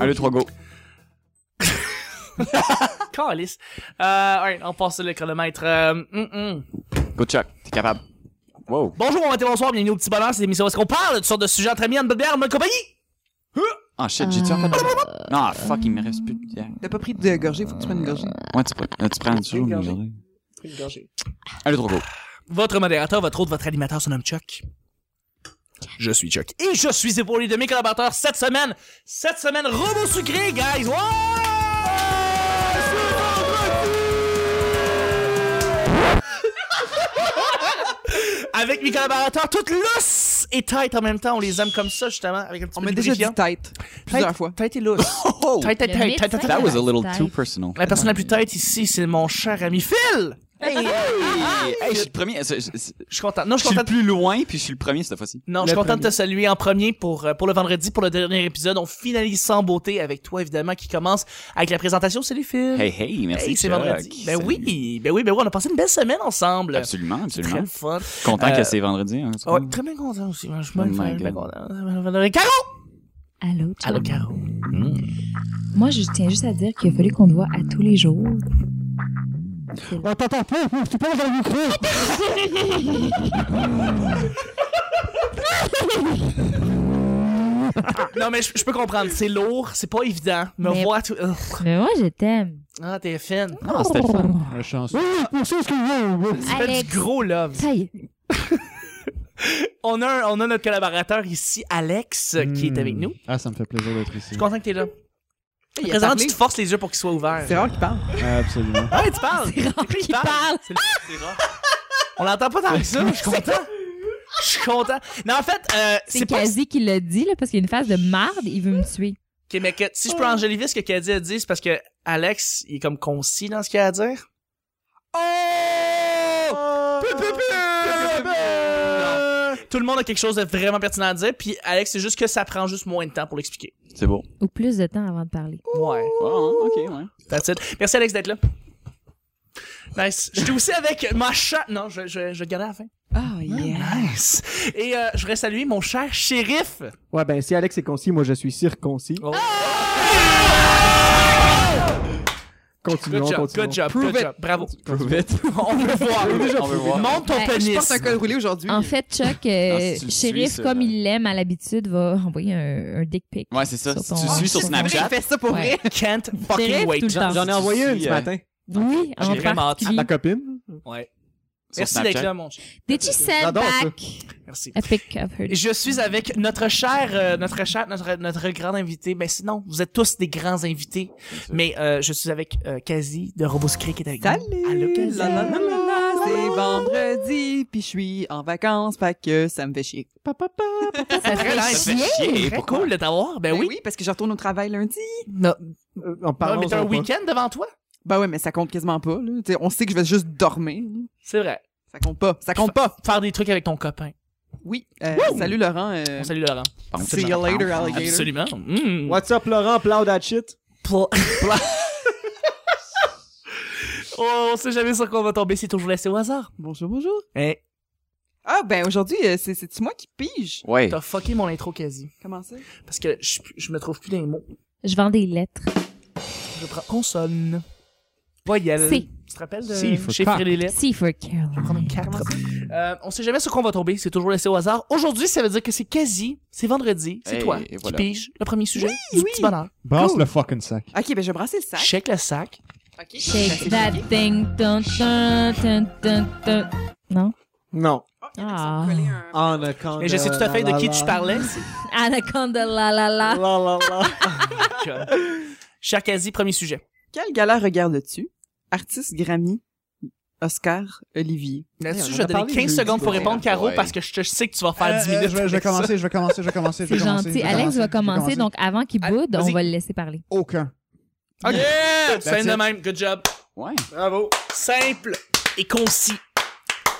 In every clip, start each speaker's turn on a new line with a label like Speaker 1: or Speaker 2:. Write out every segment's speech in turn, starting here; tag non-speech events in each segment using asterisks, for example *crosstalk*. Speaker 1: Allez, 3 go.
Speaker 2: Calice. Euh, alright, on passe le chronomètre. Euh, hum, hum.
Speaker 1: Go Chuck, t'es capable. Wow.
Speaker 2: Bonjour, bon matin, bonsoir, bienvenue au Petit Bonheur, c'est l'émission où est-ce qu'on parle de toutes sortes de sujets entre amis, en bonne bière, en bonne compagnie.
Speaker 1: Ah shit, j'ai-tu en fait
Speaker 3: Euh,
Speaker 1: Non, ah, fuck, il me reste plus de bière.
Speaker 4: T'as pas pris de gorgée, faut que tu prennes une gorgée.
Speaker 1: Ouais, tu, prends- tu prends une soupe,
Speaker 2: Une gorgée.
Speaker 1: mais- Allez, 3 go.
Speaker 2: Votre modérateur, votre hôte, votre animateur se nomme Chuck. Je suis Chuck. Et je suis épaulé de mes collaborateurs cette semaine. Cette semaine, robot sucré, guys! Ouais! Avec mes collaborateurs, toutes lousses et tight en même temps. On les aime comme ça, justement, avec un petit
Speaker 4: On
Speaker 2: peu
Speaker 4: m'a
Speaker 2: de
Speaker 4: déjà dit
Speaker 2: lubrifiant.
Speaker 4: tête plusieurs fois.
Speaker 2: Tight et lousse.
Speaker 1: Oh,
Speaker 2: Tight, tight,
Speaker 3: Le hein.
Speaker 2: tight, tight,
Speaker 3: médecin.
Speaker 2: tight,
Speaker 1: that was a little
Speaker 3: Tight.
Speaker 1: too personal.
Speaker 2: La personne la plus tight ici, c'est mon cher ami Phil!
Speaker 1: Hey, hey, je suis le premier. c'est- c'est- c'est-
Speaker 2: Je suis content. Non, je
Speaker 1: Je
Speaker 2: suis
Speaker 1: suis
Speaker 2: content
Speaker 1: le plus loin, puis je suis le premier cette fois-ci.
Speaker 2: Non,
Speaker 4: Le
Speaker 2: je suis content de te
Speaker 4: premier.
Speaker 2: saluer en premier pour, euh, pour le vendredi, pour le dernier épisode. On finalise sans beauté avec toi, évidemment, qui commence avec la présentation. Salut, Phil.
Speaker 1: Hey, hey, merci.
Speaker 2: Hey, c'est
Speaker 1: Chuck.
Speaker 2: vendredi. Ben
Speaker 1: Salut.
Speaker 2: oui, ben oui, ben oui, on a passé une belle semaine ensemble.
Speaker 1: Absolument, absolument.
Speaker 2: Très fun.
Speaker 1: Content
Speaker 2: Euh,
Speaker 1: que c'est vendredi. Hein, c'est
Speaker 2: Ouais,
Speaker 1: cool.
Speaker 2: très bien content aussi. hein. Je suis
Speaker 1: Oh
Speaker 2: bien
Speaker 1: my
Speaker 2: bien
Speaker 1: God. Mm.
Speaker 2: content. Caro!
Speaker 3: Allô, Chuck?
Speaker 2: Allô, Caro.
Speaker 3: Moi, je tiens juste à dire qu'il a fallu qu'on te voit à tous les jours.
Speaker 2: Non, mais je je peux comprendre. C'est lourd, c'est pas évident. Me
Speaker 3: Mais-
Speaker 2: voir tout. Ugh.
Speaker 3: Mais moi, je t'aime.
Speaker 2: Ah, t'es fin.
Speaker 1: Ah, c'était le fun.
Speaker 5: La chance.
Speaker 2: Fais du
Speaker 3: Alex.
Speaker 2: gros love.
Speaker 3: Oh! Ça y est.
Speaker 2: On a, un- on a notre collaborateur ici, Alex, qui est avec nous.
Speaker 5: Ah, ça me fait plaisir d'être
Speaker 2: Je
Speaker 5: ici.
Speaker 2: suis content que t'es là.
Speaker 4: Il a
Speaker 2: Présentement,
Speaker 4: parlé.
Speaker 2: tu te forces les yeux pour qu'ils soient ouverts.
Speaker 4: C'est rare qu'il parle.
Speaker 5: Ah, absolument.
Speaker 2: Ouais, tu parles.
Speaker 3: qu'il parle.
Speaker 2: C'est c'est rare. On l'entend pas tant que ça. Je suis content. Je suis content. Mais en fait, euh,
Speaker 3: C'est
Speaker 2: c'est pas.
Speaker 3: quasi qui l'a dit, là, parce qu'il y a une phase de marde, il veut me tuer.
Speaker 2: Ok, mais que- si je prends Angélivis, ce que Caddy a dit, c'est parce que Alex, il est comme concis dans ce qu'il a à dire. Oh! Pu, pu, pu, pu, pu. Non. Tout le monde a quelque chose de vraiment pertinent à dire, puis Alex, c'est juste que ça prend juste moins de temps pour l'expliquer.
Speaker 1: C'est beau.
Speaker 3: Ou plus de temps avant de parler.
Speaker 2: Ouais.
Speaker 1: Oh, ok, ouais.
Speaker 2: That's it. Merci Alex d'être là. Nice. J'étais aussi avec ma chat. Non, je, je, je vais le garder à la fin.
Speaker 4: Oh yeah.
Speaker 2: Nice. Et euh, je voudrais saluer mon cher shérif.
Speaker 6: *laughs* Ouais, ben si Alex est concis, moi je suis circoncis.
Speaker 2: Oh.
Speaker 6: Continuons,
Speaker 2: Good job,
Speaker 6: *laughs* continuons.
Speaker 2: good job,
Speaker 4: Prove
Speaker 2: good
Speaker 4: it.
Speaker 2: job. Bravo.
Speaker 1: Prove it.
Speaker 2: *laughs* On veut voir.
Speaker 1: On veut voir.
Speaker 2: Monte ton
Speaker 3: Ouais,
Speaker 4: Je
Speaker 2: pénis.
Speaker 4: porte un col roulé aujourd'hui.
Speaker 3: En fait, Chuck,
Speaker 1: Ah,
Speaker 3: euh,
Speaker 1: si tu le
Speaker 3: shérif,
Speaker 1: suis, ça,
Speaker 3: comme
Speaker 1: là.
Speaker 3: il l'aime à l'habitude, va envoyer un, un dick pic.
Speaker 1: Ouais, c'est ça.
Speaker 3: Sur
Speaker 1: Si
Speaker 3: ton-
Speaker 1: tu
Speaker 3: Ah,
Speaker 1: suis sur
Speaker 3: c'est vrai.
Speaker 1: Snapchat,
Speaker 4: fait ça pour vrai.
Speaker 3: Ouais.
Speaker 2: Can't
Speaker 3: Shérif
Speaker 2: fucking wait.
Speaker 3: tout le temps.
Speaker 6: J'en ai envoyé une
Speaker 1: Si,
Speaker 6: ce
Speaker 1: euh,
Speaker 6: matin.
Speaker 3: Oui,
Speaker 2: J'ai
Speaker 3: en
Speaker 2: vraiment hâte.
Speaker 6: Ma
Speaker 3: particulier.
Speaker 6: copine.
Speaker 2: Ouais.
Speaker 1: sur
Speaker 2: Merci
Speaker 1: Snapchat.
Speaker 2: d'être là, mon cher.
Speaker 3: Did she send
Speaker 6: J'adore ça.
Speaker 3: back
Speaker 2: Merci.
Speaker 3: a pic of her?
Speaker 2: Je suis avec notre cher, euh, notre cher, notre, notre grand invité. Mais sinon, vous êtes tous des grands invités. Mais euh, je suis avec euh, Kazi de Roboscré qui est avec nous. Allô,
Speaker 4: Salut!
Speaker 2: Kazi.
Speaker 4: La, la, la, la, la, c'est vendredi, puis je suis en vacances, fait que ça me fait chier.
Speaker 3: Ça
Speaker 2: Très
Speaker 3: fait
Speaker 2: nice.
Speaker 1: Ça fait chier.
Speaker 2: Très
Speaker 1: Pourquoi?
Speaker 2: cool de t'avoir. Ben
Speaker 4: Ben
Speaker 2: oui.
Speaker 4: oui, parce que je retourne au travail lundi.
Speaker 2: Non,
Speaker 6: Euh, On
Speaker 2: non,
Speaker 6: parle
Speaker 2: mais t'as un week-end devant toi.
Speaker 4: Ben ouais, mais ça compte quasiment pas. Là. T'sais, on sait que je vais juste dormir.
Speaker 2: C'est vrai.
Speaker 4: Ça compte pas. Ça compte pas.
Speaker 2: Faire des trucs avec ton copain.
Speaker 4: Oui. euh, salut Laurent. euh,
Speaker 2: On salue Laurent.
Speaker 1: Pense
Speaker 4: See
Speaker 1: que
Speaker 4: you
Speaker 1: j'en
Speaker 4: later,
Speaker 1: parle.
Speaker 4: alligator.
Speaker 2: Absolument. Mm.
Speaker 6: What's up, Laurent? Plow that shit.
Speaker 2: Pla-
Speaker 1: *laughs*
Speaker 2: Pla- oh, on sait jamais sur quoi on va tomber, c'est toujours laissé au hasard.
Speaker 4: Bonjour, bonjour.
Speaker 2: Hey,
Speaker 4: Ah, ben aujourd'hui, euh, c'est- c'est-tu moi qui pige?
Speaker 1: Ouais.
Speaker 2: t'as fucké mon intro quasi.
Speaker 4: Comment ça?
Speaker 2: Parce que je, je me trouve plus dans les mots.
Speaker 3: Je vends des lettres.
Speaker 2: Je prends consonne. Voyelle.
Speaker 3: C.
Speaker 2: Tu te rappelles de
Speaker 5: C for cock.
Speaker 2: chiffrer les lettres?
Speaker 3: C for
Speaker 2: Je vais prendre une
Speaker 3: Caroline.
Speaker 2: quatre. Euh, on sait jamais sur quoi on va tomber, c'est toujours laissé au hasard. Aujourd'hui, ça veut dire que c'est quasi, c'est vendredi, c'est
Speaker 1: Hey,
Speaker 2: toi
Speaker 1: et
Speaker 2: qui
Speaker 1: voilà.
Speaker 2: pige le premier sujet
Speaker 4: Oui,
Speaker 2: du
Speaker 4: oui.
Speaker 2: petit bonheur.
Speaker 5: Brasse
Speaker 4: Cool.
Speaker 5: le fucking sac.
Speaker 4: Ok, ben je vais brasser le sac.
Speaker 2: Check le sac.
Speaker 4: Ok. Ben,
Speaker 3: Shake that thing, dun, dun, dun, dun, dun. Non?
Speaker 6: Non.
Speaker 3: Ah.
Speaker 6: Anaconda.
Speaker 2: Mais je sais tout à fait
Speaker 6: la,
Speaker 2: de qui
Speaker 6: la,
Speaker 2: tu
Speaker 6: la.
Speaker 2: parlais. *laughs*
Speaker 3: Anaconda, la la
Speaker 6: La,
Speaker 3: la.
Speaker 6: la, la.
Speaker 2: Cher quasi, premier sujet.
Speaker 4: Quel gala regardes-tu? Artiste Grammy, Oscar, Olivier.
Speaker 2: Là-dessus, je
Speaker 6: on en
Speaker 2: vais
Speaker 6: a
Speaker 2: donner
Speaker 6: parlé
Speaker 2: 15
Speaker 6: jeudi,
Speaker 2: secondes pour
Speaker 1: ouais.
Speaker 2: répondre, Caro,
Speaker 1: Ouais.
Speaker 2: parce que je te- je sais que tu vas *laughs* faire 10
Speaker 5: Euh, euh,
Speaker 2: minutes.
Speaker 5: je vais, je vais
Speaker 2: avec ça.
Speaker 5: commencer, je vais commencer, je vais commencer, je vais
Speaker 3: C'est
Speaker 5: commencer. je
Speaker 3: gentil.
Speaker 5: vais
Speaker 3: Alex va commencer,
Speaker 5: je vais
Speaker 3: donc avant qu'il
Speaker 2: Ah,
Speaker 3: boude, on
Speaker 2: vas-y.
Speaker 3: va le laisser parler.
Speaker 5: Aucun.
Speaker 2: *laughs* Ok. Yeah!
Speaker 5: That's
Speaker 2: Scène de
Speaker 5: it.
Speaker 2: même. Good job.
Speaker 1: Ouais.
Speaker 6: Bravo.
Speaker 2: Simple et concis.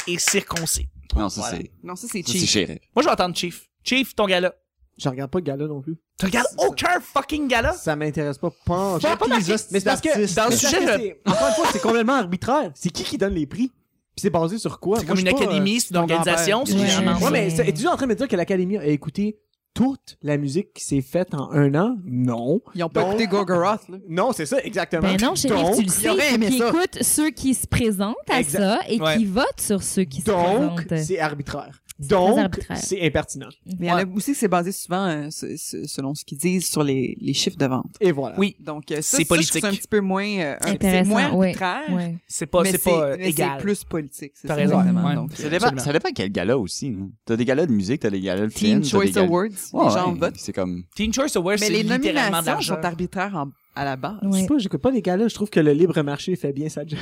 Speaker 2: Et circoncis.
Speaker 1: Non, ça, c'est.
Speaker 4: Non, ça c'est
Speaker 1: ça, C'est
Speaker 4: cheap.
Speaker 1: chéri.
Speaker 2: Moi, je vais entendre Chief. Chief, ton gala.
Speaker 6: Je regarde pas de gala non plus.
Speaker 2: Tu regardes aucun fucking gala?
Speaker 6: Ça m'intéresse pas. Pas,
Speaker 2: Pas- pas parce que-
Speaker 6: Mais c'est parce que,
Speaker 2: dans le
Speaker 6: mais c'est
Speaker 2: sujet,
Speaker 6: parce
Speaker 2: je-
Speaker 6: que c'est- encore une fois, c'est complètement arbitraire. C'est qui qui donne les prix? Puis c'est basé sur quoi?
Speaker 2: C'est
Speaker 6: Moi,
Speaker 2: comme
Speaker 6: je
Speaker 2: une
Speaker 6: suis pas,
Speaker 2: académie, c'est une
Speaker 6: ton grand-père.
Speaker 2: organisation. c'est
Speaker 3: Ouais.
Speaker 2: généralement-
Speaker 6: Ouais,
Speaker 3: Ouais.
Speaker 6: mais c'est- es-tu en train de me dire que l'académie a écouté toute la musique qui s'est faite en un an? Non.
Speaker 4: Ils ont pas
Speaker 6: Donc-
Speaker 4: écouté Gorgoroth, là.
Speaker 6: Non, c'est ça, exactement.
Speaker 3: Ben non, chérie,
Speaker 6: Donc,
Speaker 3: tu le
Speaker 6: il aurait
Speaker 3: sais,
Speaker 6: aimé
Speaker 3: qui
Speaker 6: ça.
Speaker 3: écoutent ceux qui se présentent à
Speaker 6: Exact.
Speaker 3: ça et
Speaker 2: Ouais.
Speaker 3: qui votent sur ceux qui se
Speaker 6: Donc,
Speaker 3: présentent.
Speaker 6: c'est arbitraire.
Speaker 3: très
Speaker 6: Donc,
Speaker 3: arbitraire.
Speaker 6: c'est impertinent.
Speaker 4: Mais il y en a aussi que c'est basé souvent, euh, ce- ce- selon ce qu'ils disent, sur les, les chiffres de vente.
Speaker 6: Et voilà.
Speaker 2: Oui.
Speaker 4: Donc, euh,
Speaker 2: C'est
Speaker 4: ça, ça, je trouve
Speaker 2: politique.
Speaker 4: ça, un petit peu moins, euh, un- c'est
Speaker 3: Intéressant,
Speaker 4: moins
Speaker 3: ouais,
Speaker 4: arbitraire,
Speaker 3: Ouais.
Speaker 2: C'est pas,
Speaker 4: mais
Speaker 2: c'est pas euh,
Speaker 4: mais c'est
Speaker 2: égal.
Speaker 4: plus politique. C'est
Speaker 2: T'as
Speaker 4: ça,
Speaker 2: raison,
Speaker 4: exactement.
Speaker 2: ouais.
Speaker 4: Donc, euh,
Speaker 1: Ça dépend,
Speaker 2: Absolument.
Speaker 1: ça dépend quel gala aussi. hein. T'as des galas de musique, t'as des galas de films.
Speaker 4: Teen
Speaker 1: t'as
Speaker 4: Choice
Speaker 1: des galas-
Speaker 4: Awards,
Speaker 1: Ouais,
Speaker 4: les gens
Speaker 1: ouais,
Speaker 4: votent.
Speaker 1: C'est comme.
Speaker 2: Teen Choice Awards,
Speaker 4: Mais
Speaker 2: c'est
Speaker 4: les
Speaker 2: littéralement de
Speaker 4: nominations
Speaker 2: l'argent.
Speaker 4: sont arbitraires en- à la base.
Speaker 6: Je sais
Speaker 3: Ouais.
Speaker 6: pas, j'écoute pas les galas. Je trouve que le libre marché fait bien sa job.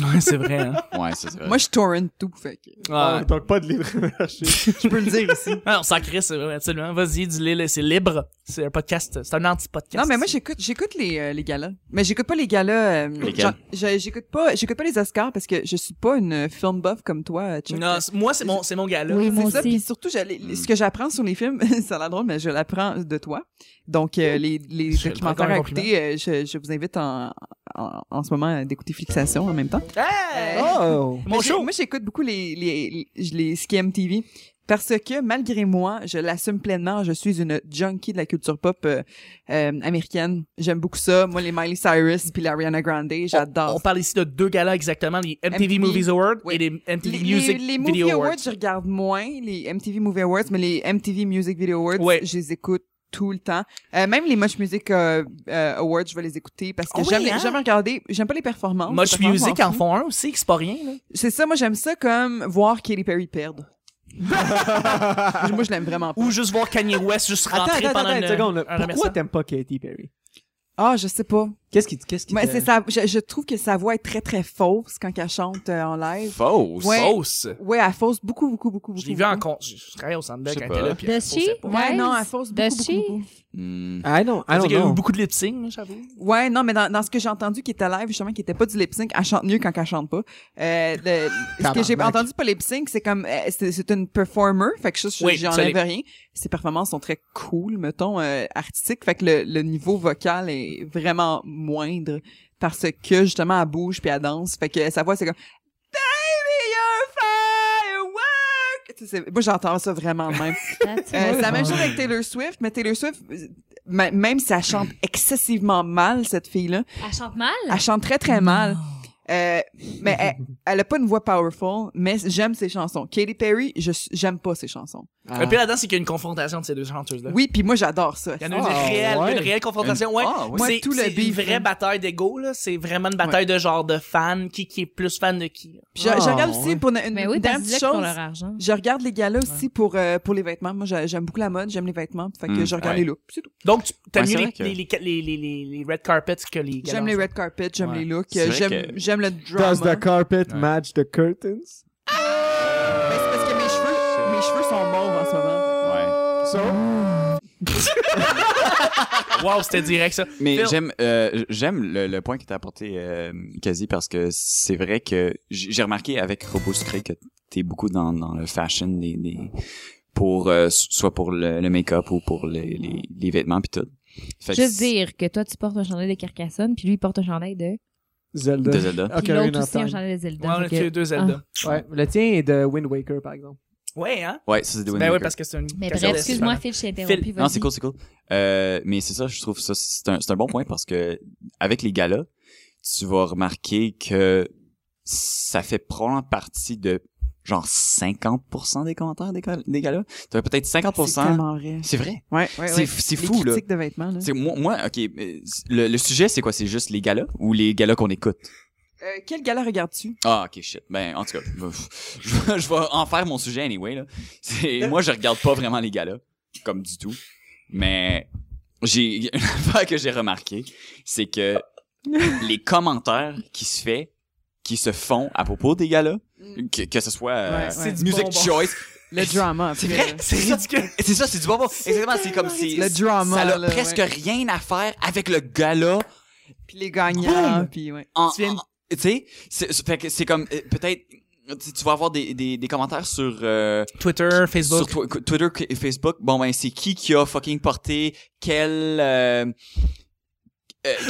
Speaker 2: Ouais, c'est vrai. hein.
Speaker 1: Ouais, ça, c'est vrai.
Speaker 4: Moi, je torrent tout, fait que
Speaker 2: Ouais.
Speaker 6: Ah, Donc, pas de libre *laughs* marché.
Speaker 4: je peux le dire ici.
Speaker 2: Ah, *laughs* on s'en crisse, c'est vrai, absolument. Vas-y, dis-le, c'est libre. C'est un podcast. C'est un anti-podcast.
Speaker 4: Non, mais moi, j'écoute, j'écoute les, euh, les galas. Mais j'écoute pas les galas, euh,
Speaker 1: Lesquels?
Speaker 4: j'en- j'ai- j'écoute pas, j'écoute pas les Oscars parce que je suis pas une film buff comme toi, euh, Chuck.
Speaker 2: Non, c'est- moi, c'est mon, c'est mon gars-là.
Speaker 3: Oui, moi
Speaker 4: c'est ça, puis
Speaker 3: aussi.
Speaker 4: surtout, je- les- les- ce que j'apprends sur les films, *laughs* ça a l'air drôle, mais je l'apprends de toi. Donc, euh, les, les
Speaker 2: Je le prends
Speaker 4: documentaires
Speaker 2: comme un
Speaker 4: à écouter, euh, je, je vous invite en, en, en ce moment euh, d'écouter Fixation en même temps.
Speaker 2: Hey!
Speaker 4: Euh,
Speaker 6: Oh!
Speaker 2: Mon
Speaker 4: Mais j'ai-
Speaker 2: show!
Speaker 4: Moi, j'écoute beaucoup les, les, les, les Skim TV parce que malgré moi, je l'assume pleinement, je suis une junkie de la culture pop euh, euh, américaine. J'aime beaucoup ça. Moi, les Miley Cyrus puis l'Ariana Grande,
Speaker 2: On
Speaker 4: j'adore.
Speaker 2: parle ici de deux galas exactement, les MTV
Speaker 4: MTV
Speaker 2: Movies Awards
Speaker 4: Oui.
Speaker 2: et les MTV
Speaker 4: Les,
Speaker 2: Music
Speaker 4: les- les Movie
Speaker 2: Video
Speaker 4: Awards,
Speaker 2: Awards.
Speaker 4: je regarde moins, les MTV Movie Awards, mais les MTV Music Video Awards,
Speaker 2: Ouais.
Speaker 4: je les écoute tout le temps. Euh, même les Much Music euh, euh, Awards, je vais les écouter parce que
Speaker 2: Ah oui,
Speaker 4: j'aime les-
Speaker 2: hein?
Speaker 4: j'aime regarder, j'aime pas les performances. les
Speaker 2: Much
Speaker 4: performances,
Speaker 2: Music
Speaker 4: je m'en
Speaker 2: en
Speaker 4: fous.
Speaker 2: font un aussi, que c'est pas rien, là.
Speaker 4: C'est ça, moi j'aime ça comme voir Katy Perry perdre. moi je l'aime vraiment pas.
Speaker 2: Ou juste voir Kanye West juste
Speaker 6: Attends,
Speaker 2: rentrer
Speaker 6: attends,
Speaker 2: pendant
Speaker 6: attends, une seconde.
Speaker 2: un
Speaker 6: là. Pourquoi
Speaker 2: remerciement.
Speaker 6: t'aimes pas Katy Perry?
Speaker 4: Ah, je sais pas.
Speaker 6: Qu'est-ce qui, qu'est-ce qui
Speaker 3: Ben,
Speaker 4: Mais
Speaker 6: te-
Speaker 4: c'est ça, je, je trouve que sa voix est très très fausse quand elle chante euh, en live.
Speaker 1: Fausse.
Speaker 4: Ouais.
Speaker 2: Sauce!
Speaker 4: Ouais, elle fausse beaucoup beaucoup beaucoup beaucoup.
Speaker 2: Je l'ai vu en con... Je je travaillais au Centre Bell
Speaker 1: Je sais
Speaker 2: quand
Speaker 1: pas.
Speaker 2: elle était là. puis elle
Speaker 3: Does she?
Speaker 2: posait pas.
Speaker 4: beaucoup. Ouais, non, elle
Speaker 3: Guys,
Speaker 4: fausse beaucoup
Speaker 3: does
Speaker 4: beaucoup,
Speaker 3: she?
Speaker 4: beaucoup.
Speaker 1: Hmm.
Speaker 6: Ah non, ah
Speaker 2: Elle
Speaker 6: non,
Speaker 2: dit qu'il y a eu
Speaker 6: non.
Speaker 2: beaucoup de lip-sync, là, j'avoue.
Speaker 4: Ouais, non, mais dans, dans ce que j'ai entendu qui était live, justement, qui était pas du lip sync, elle chante mieux quand elle chante pas. Euh, le- ce que j'ai
Speaker 6: Tabarnak.
Speaker 4: entendu pas lip sync, c'est comme, euh, c'est c'est une performer, fait que je, je,
Speaker 2: Oui,
Speaker 4: j'y
Speaker 2: ça
Speaker 4: enlève
Speaker 2: l'est.
Speaker 4: rien. Ses performances sont très cool, mettons, euh, artistiques, fait que le, le niveau vocal est vraiment moindre parce que, justement, elle bouge puis elle danse, fait que sa voix, c'est comme, Baby, you're a firework! Tu sais, c'est- Moi, j'entends ça vraiment de même. Euh, c'est la même chose avec Taylor Swift, mais Taylor Swift, euh, m- même si elle chante excessivement mal, cette fille-là,
Speaker 3: Elle chante mal?
Speaker 4: elle chante très très mal. Euh, mais elle, elle a pas une voix powerful, mais j'aime ses chansons. Katy Perry, je s- j'aime pas ses chansons.
Speaker 2: Le pire là-dedans, c'est qu'il y a une confrontation de ces deux chanteuses-là.
Speaker 4: Oui, puis moi j'adore ça.
Speaker 2: Il y en a une
Speaker 6: Ah,
Speaker 2: réelle,
Speaker 6: ouais.
Speaker 2: une réelle confrontation,
Speaker 1: Une-
Speaker 2: ouais.
Speaker 1: Ah, oui.
Speaker 4: Moi,
Speaker 2: c'est
Speaker 4: tout le
Speaker 2: c'est une
Speaker 4: beef,
Speaker 2: vraie
Speaker 4: hein.
Speaker 2: bataille d'ego, là. C'est vraiment une bataille de genre de fans. Qui, qui est plus fan de qui? là.
Speaker 4: Puis je, je regarde
Speaker 6: Ah,
Speaker 4: aussi
Speaker 6: ouais.
Speaker 4: pour une, une
Speaker 3: Mais Ben oui,
Speaker 4: dernière
Speaker 3: parce que c'est
Speaker 4: petite
Speaker 3: pour
Speaker 4: chose.
Speaker 3: leur argent.
Speaker 4: Je regarde les galas aussi pour euh, pour les vêtements. Moi j'a- j'aime beaucoup la mode, j'aime les vêtements, fait que
Speaker 1: Mm,
Speaker 4: je regarde
Speaker 1: ouais.
Speaker 4: les looks. C'est tout.
Speaker 2: Donc, tu t'aimes
Speaker 1: Ouais, c'est
Speaker 2: mieux les,
Speaker 1: vrai que-
Speaker 2: les, les, les, les, les red carpets que les
Speaker 4: J'aime les red carpets, j'aime
Speaker 2: Ouais.
Speaker 4: les looks,
Speaker 1: C'est
Speaker 4: euh,
Speaker 1: vrai
Speaker 4: j'aime
Speaker 1: que-
Speaker 4: j'aime le
Speaker 6: Does
Speaker 4: drama.
Speaker 6: the carpet
Speaker 1: Ouais.
Speaker 6: match the curtains?
Speaker 4: Mais c'est parce que mes cheveux mes cheveux sont morts en ce moment.
Speaker 1: Ouais.
Speaker 6: So?
Speaker 2: carpets. Wow, c'était direct, ça.
Speaker 1: Mais
Speaker 2: Phil.
Speaker 1: j'aime euh, j'aime le, le point que t'as apporté, euh, quasi, parce que c'est vrai que j- j'ai remarqué avec Robo Sucré que t'es beaucoup dans, dans le fashion des, des pour euh, so- soit pour le, le make-up ou pour les, les, les vêtements puis tout. Fait que
Speaker 3: Juste
Speaker 1: c'est-
Speaker 3: dire que toi, tu portes un chandail de Carcassonne, puis lui, il porte un chandail de...
Speaker 6: Zelda.
Speaker 1: De Zelda.
Speaker 3: Puis
Speaker 6: Ocarina
Speaker 3: l'autre
Speaker 6: of
Speaker 3: aussi, un
Speaker 6: Time.
Speaker 3: chandail de
Speaker 2: Ouais,
Speaker 3: Zelda.
Speaker 2: on a
Speaker 3: Fait que-
Speaker 2: tué deux Zelda.
Speaker 6: Ouais, le tien est de Wind Waker, par exemple.
Speaker 4: Ah.
Speaker 2: Ouais, hein?
Speaker 1: Ouais, ça c'est des
Speaker 2: Ben oui,
Speaker 1: Windmaker.
Speaker 2: parce que c'est une.
Speaker 3: Mais
Speaker 2: question
Speaker 3: bref,
Speaker 2: de-
Speaker 3: excuse-moi, Phil, je t'ai interrompu.
Speaker 1: Non,
Speaker 3: vas-y.
Speaker 1: c'est cool, c'est cool. Euh, mais c'est ça, je trouve ça, c'est un, c'est un bon point parce que avec les galas, tu vas remarquer que ça fait probablement partie de genre 50% des commentaires des, gal- des galas. Tu as peut-être
Speaker 4: C'est
Speaker 1: 50%.
Speaker 4: tellement vrai.
Speaker 1: C'est vrai.
Speaker 4: Ouais, ouais,
Speaker 1: C'est
Speaker 4: ouais.
Speaker 1: c'est
Speaker 4: Les
Speaker 1: fou, là.
Speaker 4: critiques de vêtements là.
Speaker 1: C'est moi, moi, ok. euh, Le, le sujet, c'est quoi C'est juste les galas ou les galas qu'on écoute
Speaker 4: Euh, quel gala regardes-tu?
Speaker 1: Ah, ok, shit. Ben, en tout cas, je, vais- *laughs* je vais en faire mon sujet anyway. Là. C'est- Moi, je regarde pas vraiment les galas, comme du tout. Mais j'ai une *laughs* affaire que j'ai remarqué, c'est *laughs* que les commentaires qui se fait, qui se font à propos des galas, que, que ce soit euh,
Speaker 4: Ouais,
Speaker 2: C'est du
Speaker 1: music
Speaker 2: bonbon.
Speaker 1: choice,
Speaker 4: Le drama.
Speaker 1: c'est *laughs*
Speaker 4: puis,
Speaker 1: vrai,
Speaker 4: euh,
Speaker 1: c'est ridicule. C'est ça, c'est du bonbon. Exactement, c'est comme si
Speaker 4: Le drama,
Speaker 1: ça n'a
Speaker 4: là,
Speaker 1: presque
Speaker 4: ouais.
Speaker 1: rien à faire avec le gala
Speaker 4: Puis les gagnants, puis ouais.
Speaker 1: en,
Speaker 2: Tu viens de-
Speaker 1: en- tu sais c'est c'est- fait que c'est comme euh, peut-être tu tu vas avoir des, des, des commentaires sur, euh,
Speaker 2: Twitter, Facebook.
Speaker 1: sur Twi- Twitter et Facebook. Bon, ben, c'est qui qui a fucking porté quel... euh,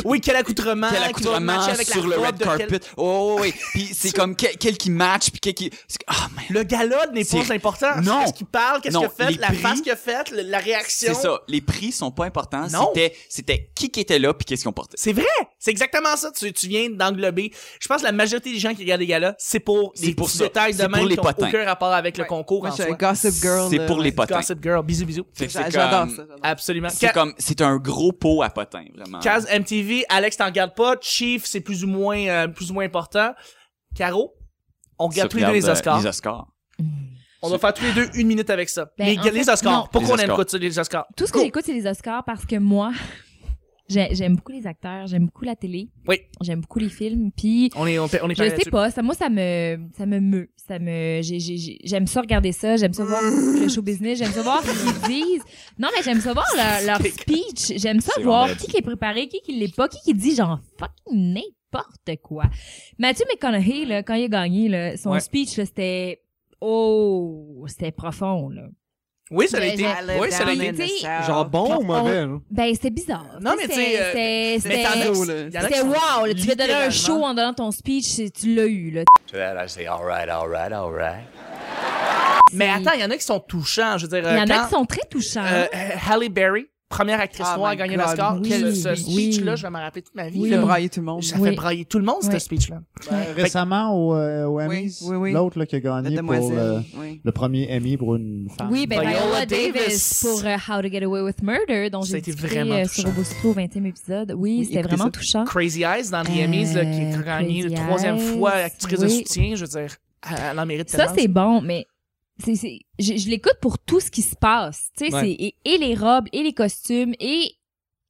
Speaker 2: Oui, quel accoutrement.
Speaker 1: quel
Speaker 2: Ah, qui doit
Speaker 1: accoutrement
Speaker 2: matcher avec la
Speaker 1: sur le
Speaker 2: robe
Speaker 1: red
Speaker 2: de quel-
Speaker 1: carpet. Oh, oui. Puis c'est
Speaker 2: *laughs*
Speaker 1: comme quel, quel qui match, puis quel qui... c'est- Ah, man.
Speaker 2: Le gala n'est
Speaker 1: C'est-
Speaker 2: pas important.
Speaker 1: Non.
Speaker 2: Qu'est-ce qu'il parle, qu'est-ce
Speaker 1: Non,
Speaker 2: qu'il a fait,
Speaker 1: les
Speaker 2: la
Speaker 1: prix-
Speaker 2: face qu'il a faite, le- la réaction.
Speaker 1: C'est ça. Les prix sont pas importants.
Speaker 2: Non.
Speaker 1: C'était, c'était qui qui était là, puis qu'est-ce qu'on portait.
Speaker 2: C'est vrai! C'est exactement ça. Tu, tu viens d'englober. Je pense que la majorité des gens qui regardent les galas, c'est pour
Speaker 1: C'est
Speaker 2: des
Speaker 1: pour
Speaker 2: petits
Speaker 1: ça.
Speaker 2: détails de
Speaker 1: C'est
Speaker 2: même
Speaker 1: pour les
Speaker 2: qui ont
Speaker 1: potins.
Speaker 2: aucun rapport avec le concours
Speaker 4: Moi,
Speaker 2: en
Speaker 4: je suis
Speaker 2: soi.
Speaker 4: Gossip Girl.
Speaker 1: C'est
Speaker 4: là,
Speaker 1: pour
Speaker 4: ouais.
Speaker 1: les potins.
Speaker 2: Gossip Girl. Bisous, bisous.
Speaker 1: Fait que c'est
Speaker 4: J'a- J'adore
Speaker 1: comme-
Speaker 4: ça. j'adore.
Speaker 2: Absolument.
Speaker 1: C'est
Speaker 2: Ca-
Speaker 1: comme, c'est un gros pot à potins, vraiment.
Speaker 2: Caz MTV, Alex t'en gardes pas, Chief c'est plus ou moins euh, plus ou moins important. Caro, on regarde tous les deux les Oscars.
Speaker 1: euh, Les Oscars.
Speaker 2: on va faire tous les deux une minute avec ça.
Speaker 3: Ben,
Speaker 2: les,
Speaker 3: en fait,
Speaker 2: les Oscars.
Speaker 3: non.
Speaker 2: Pourquoi
Speaker 1: Les
Speaker 2: on aime
Speaker 1: Oscars.
Speaker 2: ça, les Oscars
Speaker 3: Tout ce que
Speaker 2: Go.
Speaker 3: j'écoute, c'est les Oscars parce que moi, *laughs* j'ai- j'aime beaucoup les acteurs, j'aime beaucoup la télé.
Speaker 2: Oui.
Speaker 3: J'aime beaucoup les films, puis
Speaker 2: On est on, est- on est
Speaker 3: je sais pas, ça, moi, ça me, ça me meut. Ça me, j'ai- j'ai- j'ai- j'aime ça regarder ça,
Speaker 2: *laughs*
Speaker 3: j'aime ça voir le show business, j'aime ça voir ce qu'ils disent. Non, mais j'ame ça voir leur, leur speech, j'aime ça
Speaker 1: C'est
Speaker 3: voir
Speaker 1: vrai.
Speaker 3: qui qui est préparé, qui qui l'est pas, qui qui dit genre fucking n'importe quoi. Mathieu McConaughey, là, quand il a gagné, là, son
Speaker 2: Ouais.
Speaker 3: speech, là, c'était, oh, c'était profond, là.
Speaker 2: Oui, ça a
Speaker 3: Mais
Speaker 2: été.
Speaker 3: j'ai-
Speaker 2: Oui, ça a été.
Speaker 3: été-
Speaker 4: Ah.
Speaker 6: Genre bon ou
Speaker 3: on-
Speaker 6: mauvais, hein?
Speaker 3: Ben, c'était bizarre.
Speaker 2: Non, mais tu sais, euh,
Speaker 3: c'est,
Speaker 2: mais t'en as-
Speaker 4: Ado, là.
Speaker 2: il y en a qui
Speaker 3: C'était
Speaker 2: sont
Speaker 3: wow, là, tu veux donner un
Speaker 2: littéralement-
Speaker 3: show en donnant ton speech, c'est- tu l'as eu, là.
Speaker 7: To that, I say, all right, all right, all right.
Speaker 2: Mais
Speaker 3: C'est-
Speaker 2: attends, il y en a qui sont touchants, je veux dire.
Speaker 3: Il y en
Speaker 2: quand-
Speaker 3: a qui sont très touchants.
Speaker 2: euh, Halle Berry, première actrice
Speaker 4: Oh
Speaker 2: noire à
Speaker 4: my
Speaker 2: gagner
Speaker 4: God,
Speaker 2: l'Oscar.
Speaker 3: Ah, oui.
Speaker 2: Quel- ce
Speaker 3: Oui.
Speaker 2: speech-là, je vais m'en rappeler toute ma vie.
Speaker 4: Il
Speaker 3: Oui.
Speaker 4: fait
Speaker 2: là.
Speaker 4: brailler tout le monde.
Speaker 2: Ça
Speaker 3: Oui.
Speaker 2: fait brailler tout le monde, ce
Speaker 3: Oui.
Speaker 2: speech-là.
Speaker 5: Ben, récemment, au, euh, aux Emmys,
Speaker 4: Oui, oui, oui.
Speaker 5: l'autre là, qui a
Speaker 4: La
Speaker 5: gagné pour le,
Speaker 4: demoiselle. Oui.
Speaker 5: le premier Emmy pour une femme.
Speaker 3: Oui, ben
Speaker 2: Viola
Speaker 3: Viola,
Speaker 2: Davis.
Speaker 3: Davis, pour euh, How to Get Away with Murder, dont
Speaker 2: Ça a
Speaker 3: j'ai
Speaker 2: été
Speaker 3: discuté
Speaker 2: vraiment
Speaker 3: euh, sur
Speaker 2: touchant.
Speaker 3: Robusto au 20e épisode. Oui,
Speaker 4: Oui,
Speaker 3: c'était
Speaker 4: écoutez
Speaker 3: vraiment
Speaker 4: ça.
Speaker 3: touchant.
Speaker 2: Crazy Eyes dans les
Speaker 3: Hein? Euh,
Speaker 2: Emmys, là, qui a gagné la
Speaker 3: Crazy
Speaker 2: troisième
Speaker 3: Eyes,
Speaker 2: fois actrice de
Speaker 3: oui.
Speaker 2: soutien, je veux dire, elle elle en mérite
Speaker 3: Ça,
Speaker 2: tellement.
Speaker 3: c'est bon, mais c'est, c'est, je, je l'écoute pour tout ce qui se passe. Tu sais,
Speaker 2: Ouais.
Speaker 3: c'est, et, et les robes, et les costumes, et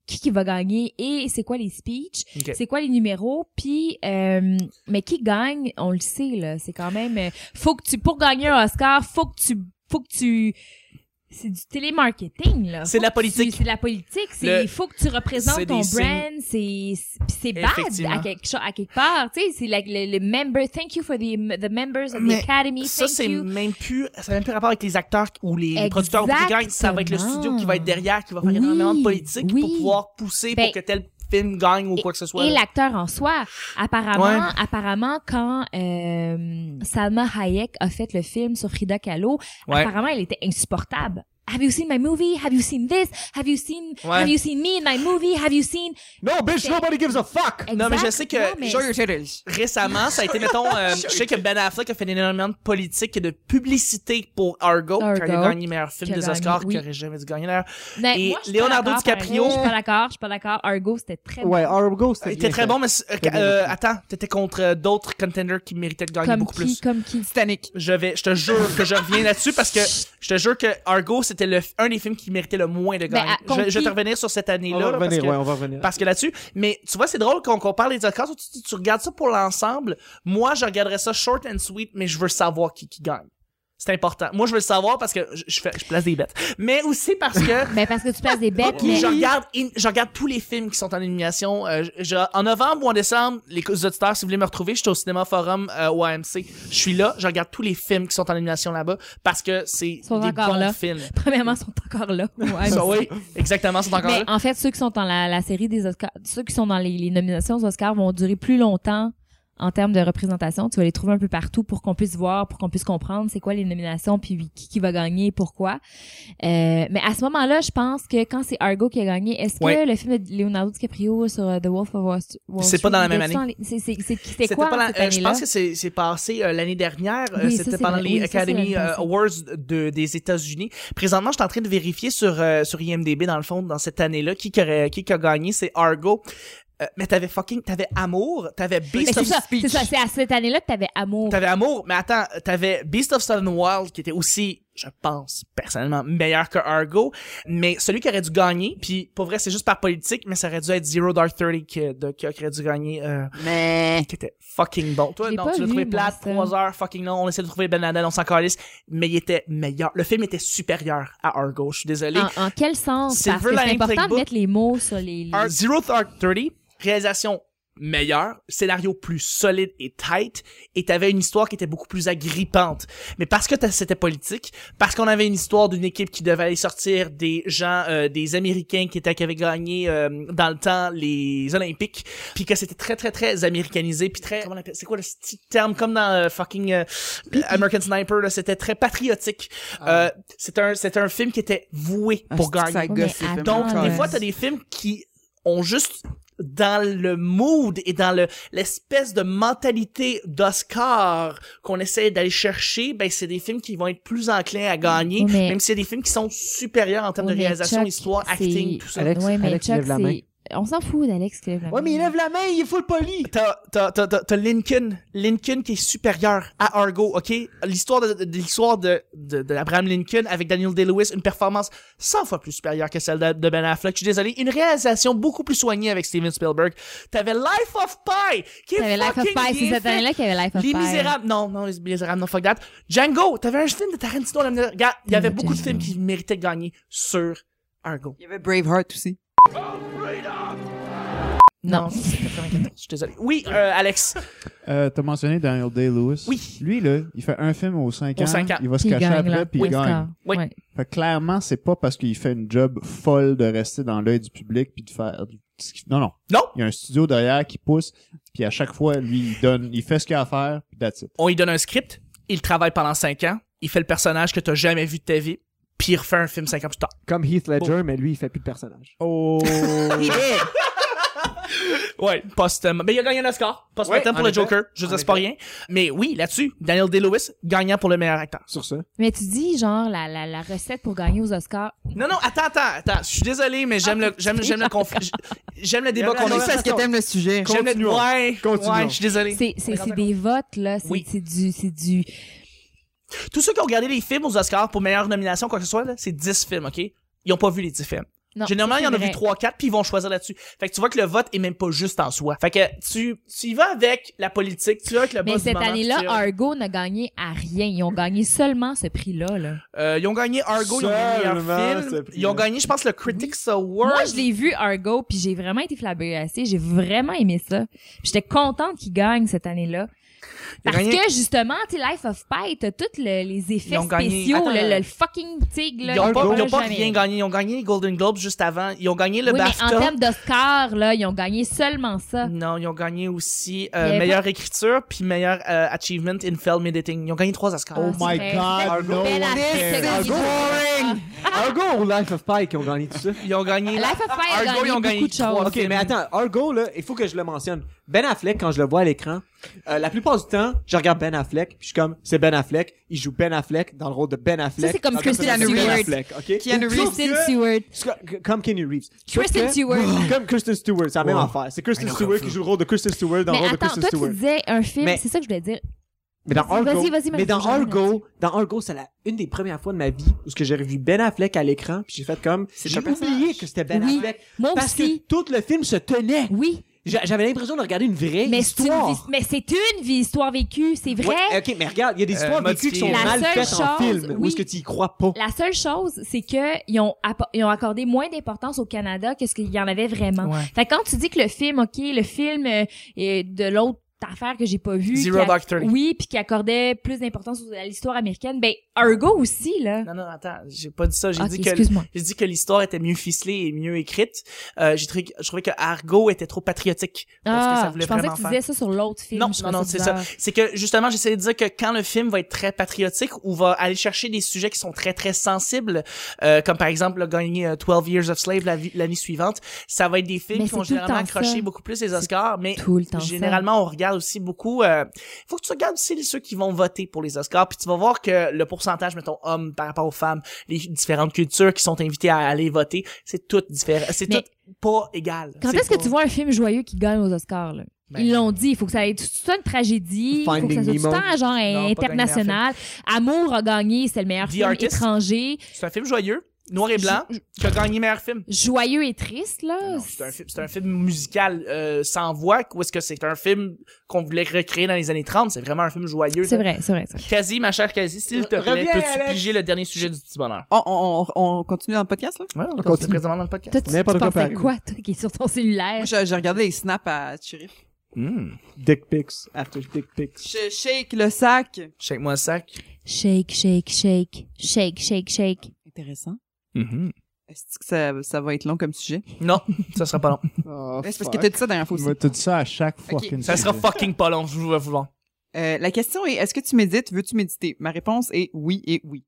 Speaker 3: qui qui va gagner, et c'est quoi les speeches,
Speaker 2: Ok.
Speaker 3: c'est quoi les numéros, puis euh, mais qui gagne, on le sait là, c'est quand même euh, faut que tu pour gagner un Oscar, faut que tu faut que tu c'est du télémarketing là.
Speaker 2: C'est
Speaker 3: Faut
Speaker 2: de la
Speaker 3: que tu-
Speaker 2: politique.
Speaker 3: C'est de la politique,
Speaker 2: Le-
Speaker 3: c'est il faut que tu
Speaker 2: c'est
Speaker 3: représentes ton
Speaker 2: des signes.
Speaker 3: brand, c'est c'est- puis c'est bad
Speaker 2: Effectivement.
Speaker 3: à quelque cho- à quelque part, tu sais, c'est la- le, le member thank you for the the members of
Speaker 2: Mais
Speaker 3: the academy,
Speaker 2: Ça,
Speaker 3: thank
Speaker 2: c'est
Speaker 3: you.
Speaker 2: même plus, ça n'a même plus rapport avec les acteurs ou les producteurs ou les gagnants. Ça va être le
Speaker 3: Exactement.
Speaker 2: studio qui va être derrière, qui va faire
Speaker 3: Oui,
Speaker 2: énormément de politique
Speaker 3: oui.
Speaker 2: pour pouvoir pousser
Speaker 3: Ben,
Speaker 2: pour que tel film gagne ou quoi que ce soit.
Speaker 3: Et
Speaker 2: là.
Speaker 3: l'acteur en soi. Apparemment,
Speaker 2: Ouais.
Speaker 3: apparemment quand euh, Salma Hayek a fait le film sur Frida Kahlo,
Speaker 2: Ouais.
Speaker 3: apparemment elle était insupportable. Have you seen my movie? Have you seen this? Have you seen
Speaker 2: Ouais.
Speaker 3: Have you seen me in my movie? Have you seen
Speaker 6: No, bitch,
Speaker 3: c'est-
Speaker 6: nobody gives a fuck!
Speaker 2: Non, mais je
Speaker 3: Exact.
Speaker 2: sais que-
Speaker 3: Non, mais-
Speaker 4: Show your titties.
Speaker 2: Récemment, ça a été,
Speaker 3: *laughs*
Speaker 2: mettons, euh, je sais que Ben Affleck a fait énormément de politique et de publicité pour Argo, quand il a
Speaker 3: Argo.
Speaker 2: gagné meilleur film
Speaker 3: Qui a
Speaker 2: des
Speaker 3: gagné,
Speaker 2: Oscars,
Speaker 3: oui.
Speaker 2: qui aurait jamais dû gagner d'ailleurs.
Speaker 3: Mais
Speaker 2: Et
Speaker 3: moi, je suis
Speaker 2: Leonardo
Speaker 3: pas d'accord,
Speaker 2: DiCaprio-
Speaker 3: par exemple. Je suis pas d'accord, je suis pas d'accord. Argo, c'était très bon.
Speaker 6: Ouais, Argo, c'était
Speaker 2: Il
Speaker 6: bien
Speaker 2: était très
Speaker 6: fait.
Speaker 2: bon, mais c'est- euh,
Speaker 6: bien
Speaker 2: euh,
Speaker 6: fait.
Speaker 2: attends, t'étais contre euh, d'autres contenders qui méritaient de gagner
Speaker 3: Comme
Speaker 2: beaucoup
Speaker 3: qui,
Speaker 2: plus.
Speaker 3: comme qui.
Speaker 4: Titanic.
Speaker 2: Je vais, je te jure que je reviens là-dessus parce que je te jure que Argo c'était le un des films qui méritait le moins de
Speaker 3: Ben,
Speaker 2: gagner.
Speaker 3: à-
Speaker 2: je, vais- je vais te
Speaker 3: contre qui?
Speaker 2: revenir sur cette
Speaker 6: On va
Speaker 2: année-là là, parce
Speaker 6: revenir,
Speaker 2: que
Speaker 6: ouais, on va revenir.
Speaker 2: parce que là-dessus, mais tu vois, c'est drôle qu'on qu'on parle des Oscars, tu, tu- tu regardes ça pour l'ensemble. Moi, je regarderais ça short and sweet, mais je veux savoir qui, qui gagne. C'est important. Moi, je veux le savoir parce que je, je fais, je place des bêtes. Mais aussi parce
Speaker 3: *laughs*
Speaker 2: que
Speaker 3: Ben parce que tu places des bêtes, mais
Speaker 2: je regarde, in- je regarde tous les films qui sont en élimination. Euh, je- je- en novembre ou en décembre, les auditeurs, si vous voulez me retrouver, je suis au Cinéma Forum euh, au AMC. Je suis là, je regarde tous les films qui sont en élimination là-bas parce que c'est
Speaker 3: Ils sont
Speaker 2: des
Speaker 3: encore
Speaker 2: bons
Speaker 3: là.
Speaker 2: films.
Speaker 3: premièrement, ils sont encore là. Ouais,
Speaker 2: Ça, oui, exactement, ils sont encore
Speaker 3: Mais
Speaker 2: là.
Speaker 3: en fait, ceux qui sont dans la, la série des Oscars, ceux qui sont dans les, les nominations aux Oscars vont durer plus longtemps en termes de représentation. Tu vas les trouver un peu partout pour qu'on puisse voir, pour qu'on puisse comprendre c'est quoi les nominations, puis qui, qui va gagner, pourquoi. Euh, mais à ce moment-là, je pense que quand c'est Argo qui a gagné, est-ce que
Speaker 2: Ouais.
Speaker 3: le film de Leonardo DiCaprio sur euh, The Wolf of Wall Wall Street...
Speaker 2: C'est pas dans la même
Speaker 3: était-tu
Speaker 2: année.
Speaker 3: dans les- c'est- c'est- c'est- C'était quoi
Speaker 2: pas la-
Speaker 3: cette
Speaker 2: euh, je
Speaker 3: année-là?
Speaker 2: pense que c'est c'est passé euh, l'année dernière. euh,
Speaker 3: Oui, ça,
Speaker 2: C'était
Speaker 3: c'est
Speaker 2: pendant
Speaker 3: vrai.
Speaker 2: les
Speaker 3: Oui, ça, c'est
Speaker 2: Academy
Speaker 3: l'année
Speaker 2: euh,
Speaker 3: passée.
Speaker 2: Awards de, des États-Unis. Présentement, je suis en train de vérifier sur, euh, sur IMDB, dans le fond, dans cette année-là, qui, qui, aurait- qui qui a gagné, c'est Argo. Euh, mais t'avais fucking, t'avais Amour, t'avais
Speaker 3: Mais
Speaker 2: Beast
Speaker 3: c'est
Speaker 2: of
Speaker 3: ça,
Speaker 2: Speech.
Speaker 3: c'est ça, c'est à cette année-là que t'avais Amour.
Speaker 2: T'avais Amour, mais attends, t'avais Beast of Southern Wild qui était aussi, je pense, personnellement, meilleur que Argo, mais celui qui aurait dû gagner, puis pour vrai, c'est juste par politique, mais ça aurait dû être Zero Dark Thirty qui, de- qui aurait dû gagner, euh,
Speaker 4: Mais.
Speaker 2: qui était fucking bon. Toi,
Speaker 3: J'ai
Speaker 2: non,
Speaker 3: pas
Speaker 2: tu l'as
Speaker 3: vu,
Speaker 2: trouvé
Speaker 3: moi,
Speaker 2: plate,
Speaker 3: ça.
Speaker 2: trois heures, fucking long, on essaie de trouver Ben Laden, on s'en calisse, mais il était meilleur. Le film était supérieur à Argo, je suis désolé.
Speaker 3: En, en quel sens?
Speaker 2: Silver
Speaker 3: Parce que c'est
Speaker 2: Lining
Speaker 3: important de
Speaker 2: Playbook.
Speaker 3: mettre les mots sur les... les-
Speaker 2: Ar- Zero Dark Thirty, réalisation meilleur, scénario plus solide et tight, et t'avais une histoire qui était beaucoup plus agrippante. Mais parce que t'as- c'était politique, parce qu'on avait une histoire d'une équipe qui devait aller sortir des gens, euh, des Américains qui étaient qui avaient gagné euh, dans le temps les Olympiques, puis que c'était très très très américanisé, puis très comment on appelle- c'est quoi le petit terme comme dans euh, fucking euh, American Sniper là, c'était très patriotique. Euh, c'est un c'est un film qui était voué pour
Speaker 4: Ah,
Speaker 2: gagner.
Speaker 4: c'est-tu que ça gosse, ces
Speaker 3: Mais
Speaker 4: films-là,
Speaker 3: attends,
Speaker 2: Donc,
Speaker 3: Ah,
Speaker 2: des
Speaker 3: ouais.
Speaker 2: fois, t'as des films qui ont juste dans le mood et dans le l'espèce de mentalité d'Oscar qu'on essaie d'aller chercher, ben c'est des films qui vont être plus enclins à gagner,
Speaker 3: Oui, mais-
Speaker 2: même si c'est des films qui sont supérieurs en termes
Speaker 3: Ouais,
Speaker 2: de
Speaker 3: mais
Speaker 2: réalisation,
Speaker 3: Chuck,
Speaker 2: histoire,
Speaker 3: c'est-
Speaker 2: acting, tout ça.
Speaker 6: Alex,
Speaker 3: Ouais, mais
Speaker 6: Alex,
Speaker 3: Chuck,
Speaker 6: lève la main.
Speaker 3: c'est- On s'en fout d'Alex qui lève la main.
Speaker 6: Ouais, mais il lève la main, il est full poli.
Speaker 2: T'as, t'as, t'as, t'as, t'as Lincoln, Lincoln qui est supérieur à Argo, ok? L'histoire de, de- de l'histoire de, de, de Abraham Lincoln avec Daniel Day-Lewis, une performance 100 fois plus supérieure que celle de, de Ben Affleck. Je suis désolé, une réalisation beaucoup plus soignée avec Steven Spielberg. T'avais Life of Pi, qui est
Speaker 3: T'avais Life of
Speaker 2: fucking
Speaker 3: Pi, c'est
Speaker 2: bien
Speaker 3: cette
Speaker 2: fait.
Speaker 3: année-là qu'il y avait Life of Pi.
Speaker 2: Les Misérables, non, non, Les Misérables, non, fuck that. Django, t'avais un film de Tarantino, la- regarde, il y avait
Speaker 3: Django.
Speaker 2: beaucoup de films qui méritaient de gagner sur Argo.
Speaker 4: Il y avait Braveheart aussi.
Speaker 3: Non.
Speaker 2: c'est 94, je suis désolé. Oui, euh, Alex,
Speaker 5: Euh, T'as mentionné Daniel Day-Lewis.
Speaker 2: Oui.
Speaker 5: Lui, là, il fait un film aux 5
Speaker 2: Aux
Speaker 5: ans.
Speaker 2: cinq ans.
Speaker 5: Il va se
Speaker 3: Puis il
Speaker 5: cacher
Speaker 3: gagne,
Speaker 5: après,
Speaker 3: là.
Speaker 5: puis
Speaker 3: Oui,
Speaker 5: il gagne.
Speaker 3: Oscar.
Speaker 2: Oui.
Speaker 3: Ouais.
Speaker 5: Fait que clairement, c'est pas parce qu'il fait une job folle de rester dans l'œil du public puis de faire. Non, non.
Speaker 2: Non.
Speaker 5: Il y a un studio derrière qui pousse, puis à chaque fois, lui, il donne, il fait ce qu'il a à faire, puis that's it.
Speaker 2: on lui donne un script, il travaille pendant 5 ans, il fait le personnage que t'as jamais vu de ta vie, puis il refait un film 5 ans plus tard.
Speaker 6: Comme Heath Ledger, mais lui, il fait plus de personnage.
Speaker 5: *laughs* Oh!
Speaker 2: Ouais, post Mais il a gagné un Oscar, post
Speaker 6: Ouais,
Speaker 2: pour
Speaker 6: en
Speaker 2: le
Speaker 6: effet.
Speaker 2: Joker, je veux
Speaker 6: En
Speaker 2: dire, c'est pas
Speaker 6: effet.
Speaker 2: rien. Mais oui, là-dessus, Daniel Day-Lewis, gagnant pour le meilleur acteur.
Speaker 6: Sur ça.
Speaker 3: Mais tu dis, genre, la, la, la recette pour gagner aux Oscars.
Speaker 2: Non, non, attends, attends, attends, je suis désolé, mais j'aime le, j'aime, j'aime le conflit, j'aime le débat qu'on
Speaker 4: C'est
Speaker 2: a.
Speaker 4: parce que t'aimes le sujet.
Speaker 2: J'aime le,
Speaker 6: Continuons.
Speaker 2: ouais,
Speaker 6: Continuons.
Speaker 2: ouais, je suis désolé.
Speaker 3: C'est, c'est, c'est des votes, là. C'est,
Speaker 2: Oui.
Speaker 3: c'est du, c'est du.
Speaker 2: Tous ceux qui ont regardé les films aux Oscars pour meilleure nomination, quoi que ce soit, là, c'est 10 films, OK? Ils ont pas vu les 10 films.
Speaker 3: Non,
Speaker 2: Généralement,
Speaker 3: ça,
Speaker 2: il y en
Speaker 3: c'est
Speaker 2: a vu
Speaker 3: vrai.
Speaker 2: 3 4 puis ils vont choisir là-dessus. Fait que tu vois que le vote est même pas juste en soi. Fait que tu, tu y vas avec la politique, tu vas avec le
Speaker 3: Mais
Speaker 2: boss du
Speaker 3: cette
Speaker 2: moment, puis
Speaker 3: année-là,
Speaker 2: tu- ah.
Speaker 3: Argo n'a gagné à rien. Ils ont gagné seulement ce prix-là, là.
Speaker 2: Euh, ils ont gagné Argo, ils ont gagné
Speaker 5: Seulement
Speaker 2: meilleur
Speaker 5: ce
Speaker 2: film.
Speaker 5: prix-là.
Speaker 2: Ils ont gagné je pense le Critics Award.
Speaker 3: Moi, je l'ai vu, Argo, puis j'ai vraiment été flabbergastée. J'ai vraiment aimé ça. Puis J'étais contente qu'il gagne cette année-là.
Speaker 2: Il a
Speaker 3: Parce
Speaker 2: gagné-
Speaker 3: que, justement, tu sais, Life of Pi, t'as tous le- les effets
Speaker 2: Ils ont gagné-
Speaker 3: spéciaux,
Speaker 2: Attends.
Speaker 3: le, le- le fucking tigre, là.
Speaker 2: Ils ont pas,
Speaker 3: qu'on
Speaker 2: ils ont
Speaker 3: a
Speaker 2: pas
Speaker 3: jamais
Speaker 2: rien
Speaker 3: eu.
Speaker 2: gagné, ils ont gagné les Golden Globes juste avant, ils ont gagné le
Speaker 3: oui, mais
Speaker 2: BAFTA.
Speaker 3: en termes d'Oscar, là, ils ont gagné seulement ça.
Speaker 2: Non, ils ont gagné aussi
Speaker 3: Il y
Speaker 2: euh,
Speaker 3: avait
Speaker 2: meilleure écriture puis meilleur euh, achievement in film editing. Ils ont gagné trois Oscars.
Speaker 3: Oh
Speaker 5: Oh
Speaker 3: my
Speaker 5: my
Speaker 3: vrai.
Speaker 5: god!
Speaker 3: God,
Speaker 5: no
Speaker 3: Belle
Speaker 5: one
Speaker 3: actrice
Speaker 5: cares.
Speaker 3: a
Speaker 6: Argo.
Speaker 3: gagné.
Speaker 6: Argo ou Life of Pi qui ont gagné tout ça?
Speaker 2: Ils ont gagné
Speaker 3: Life of Pi a
Speaker 2: Argo,
Speaker 3: gagné
Speaker 2: ils ont gagné
Speaker 3: beaucoup de choses.
Speaker 2: trois
Speaker 6: Oh, Ok, mais attends, Argo, là, il faut que je le mentionne. Ben Affleck, quand je le vois à l'écran, euh, la plupart du temps, je regarde Ben Affleck, puis je suis comme, c'est Ben Affleck, il joue Ben Affleck dans le rôle de Ben Affleck.
Speaker 3: Ça, c'est comme
Speaker 6: dans le
Speaker 3: Kristen
Speaker 6: personnage de
Speaker 4: Stewart.
Speaker 6: Ben Affleck, ok?
Speaker 4: Keanu Reeves.
Speaker 6: Sauf
Speaker 3: Kristen
Speaker 6: que-
Speaker 3: Stewart.
Speaker 6: Sc- Comme Kenny Reeves.
Speaker 3: Kristen
Speaker 6: Sauf que-
Speaker 3: Stewart.
Speaker 6: *laughs* Comme Kristen Stewart, c'est la même
Speaker 5: Wow.
Speaker 6: affaire. C'est Kristen Stewart qui joue le rôle de Kristen Stewart dans le
Speaker 3: Mais
Speaker 6: rôle de
Speaker 3: attends,
Speaker 6: Kristen
Speaker 3: toi, tu
Speaker 6: Stewart.
Speaker 3: disais un film,
Speaker 6: Mais-
Speaker 3: c'est ça que je voulais dire.
Speaker 6: Mais dans
Speaker 3: Vas-y,
Speaker 6: Argo,
Speaker 3: vas-y, vas-y,
Speaker 6: mais dans
Speaker 3: Marie-Jo, j'en ai
Speaker 6: Argo, dans Argo, c'est la une des premières fois de ma vie où ce que j'ai revu Ben Affleck à l'écran, puis j'ai fait comme j'ai
Speaker 4: un
Speaker 6: oublié que c'était Ben
Speaker 3: Oui.
Speaker 6: Affleck
Speaker 3: Moi
Speaker 6: parce que
Speaker 3: aussi.
Speaker 6: tout le film se tenait.
Speaker 3: Oui,
Speaker 6: J'a- J'avais l'impression de regarder une vraie
Speaker 3: mais c'est une, vie,
Speaker 6: histoire.
Speaker 3: mais c'est une vie, histoire vécue, c'est vrai.
Speaker 6: Ouais, ok, mais regarde, il y a des histoires vécues qui sont
Speaker 2: modifié.
Speaker 3: La
Speaker 6: mal
Speaker 3: seule
Speaker 6: faites en
Speaker 3: chose,
Speaker 6: film. Où est-ce que
Speaker 3: oui.
Speaker 6: tu y crois pas?
Speaker 3: La seule chose, c'est que ils ont, appo- ils ont accordé moins d'importance au Canada que ce qu'il y en avait vraiment.
Speaker 2: Ouais.
Speaker 3: Fait que quand tu dis que le film, ok, le film euh, est de l'autre affaire que j'ai pas vue,
Speaker 2: Zero
Speaker 3: qui a-
Speaker 2: Dark Thirty.
Speaker 3: oui, puis qui accordait plus d'importance aux- à l'histoire américaine, ben Argo aussi là.
Speaker 2: Non, non, attends, j'ai pas dit ça. J'ai
Speaker 3: Ok,
Speaker 2: dit que
Speaker 3: excuse-moi.
Speaker 2: j'ai dit que l'histoire était mieux ficelée et mieux écrite. Euh, j'ai trouvé, que- je trouvais que Argo était trop patriotique pour ce que ça
Speaker 3: Ah,
Speaker 2: voulait
Speaker 3: je pensais
Speaker 2: vraiment
Speaker 3: que tu
Speaker 2: faire.
Speaker 3: disais ça sur l'autre film.
Speaker 2: Non,
Speaker 3: je
Speaker 2: non, non,
Speaker 3: trouvais
Speaker 2: c'est ça.
Speaker 3: bizarre.
Speaker 2: C'est que justement, j'essaie de dire que quand le film va être très patriotique ou va aller chercher des sujets qui sont très très sensibles, euh, comme par exemple le gagner euh, 12 Years of Slave la vi- l'année suivante, ça va être des films
Speaker 3: Mais
Speaker 2: qui vont
Speaker 3: c'est tout le
Speaker 2: généralement
Speaker 3: temps
Speaker 2: accrocher
Speaker 3: ça.
Speaker 2: beaucoup plus les Oscars, mais
Speaker 3: Tout le temps. ça.
Speaker 2: Généralement, on regarde aussi beaucoup. Euh, faut que tu regardes aussi ceux qui vont voter pour les Oscars, puis tu vas voir que le pourcentage, mettons, hommes par rapport aux femmes, les différentes cultures qui sont invitées à aller voter, c'est tout différent. C'est
Speaker 3: Mais-
Speaker 2: tout pas égal.
Speaker 3: Quand
Speaker 2: C'est
Speaker 3: est-ce que
Speaker 2: pas-
Speaker 3: tu vois un film joyeux qui gagne aux Oscars là?
Speaker 2: Ben,
Speaker 3: Ils l'ont dit, il faut que ça aille tout le temps une tragédie, il faut que ça soit
Speaker 6: Finding
Speaker 3: tout le
Speaker 6: Nemo.
Speaker 3: temps
Speaker 2: Non,
Speaker 3: genre
Speaker 2: pas le meilleur
Speaker 3: international. Amour a gagné, c'est le meilleur
Speaker 2: The
Speaker 3: film
Speaker 2: Artist.
Speaker 3: étranger.
Speaker 2: C'est un film joyeux. Noir et blanc, qui a gagné meilleur film.
Speaker 3: Joyeux et triste, là.
Speaker 2: Non, C'est un, film- c'est un film musical euh, sans voix, ou est-ce que c'est un film qu'on voulait recréer dans les années 30? C'est vraiment un film joyeux.
Speaker 3: C'est
Speaker 2: là.
Speaker 3: vrai, c'est vrai, c'est vrai.
Speaker 2: Quasi, ma chère Quasi, s'il te plaît,
Speaker 6: Reviens,
Speaker 2: peux-tu
Speaker 6: Alex.
Speaker 2: piger le dernier sujet du petit bonheur?
Speaker 4: Oh, On, on, on on continue dans le podcast, là?
Speaker 2: Ouais, on
Speaker 6: continue.
Speaker 2: continue présentement dans le podcast.
Speaker 3: Toi, tu, tu
Speaker 6: N'importe quoi peut
Speaker 3: pensais
Speaker 6: arriver.
Speaker 3: quoi, toi, qui est sur ton
Speaker 4: Moi,
Speaker 3: cellulaire?
Speaker 4: j'ai j'ai regardé les snaps à Chérif.
Speaker 6: Dick pics. After dick pics.
Speaker 4: Je shake le sac.
Speaker 2: Shake-moi le sac.
Speaker 3: Shake, shake, shake. Shake, shake, shake.
Speaker 4: Intéressant. Est-ce que ça, ça va être long comme sujet?
Speaker 2: Non, ça sera pas long.
Speaker 5: Oh,
Speaker 4: Mais C'est parce
Speaker 5: fuck.
Speaker 4: que t'as dit ça la dernière fois aussi.
Speaker 5: Moi, t'as dit ça à chaque fois
Speaker 4: Ok,
Speaker 5: qu'une
Speaker 2: Ça sera
Speaker 5: série.
Speaker 2: fucking pas long, je vous vous le
Speaker 4: Euh, la question est, est-ce que tu médites? Veux-tu méditer? Ma réponse est oui et oui.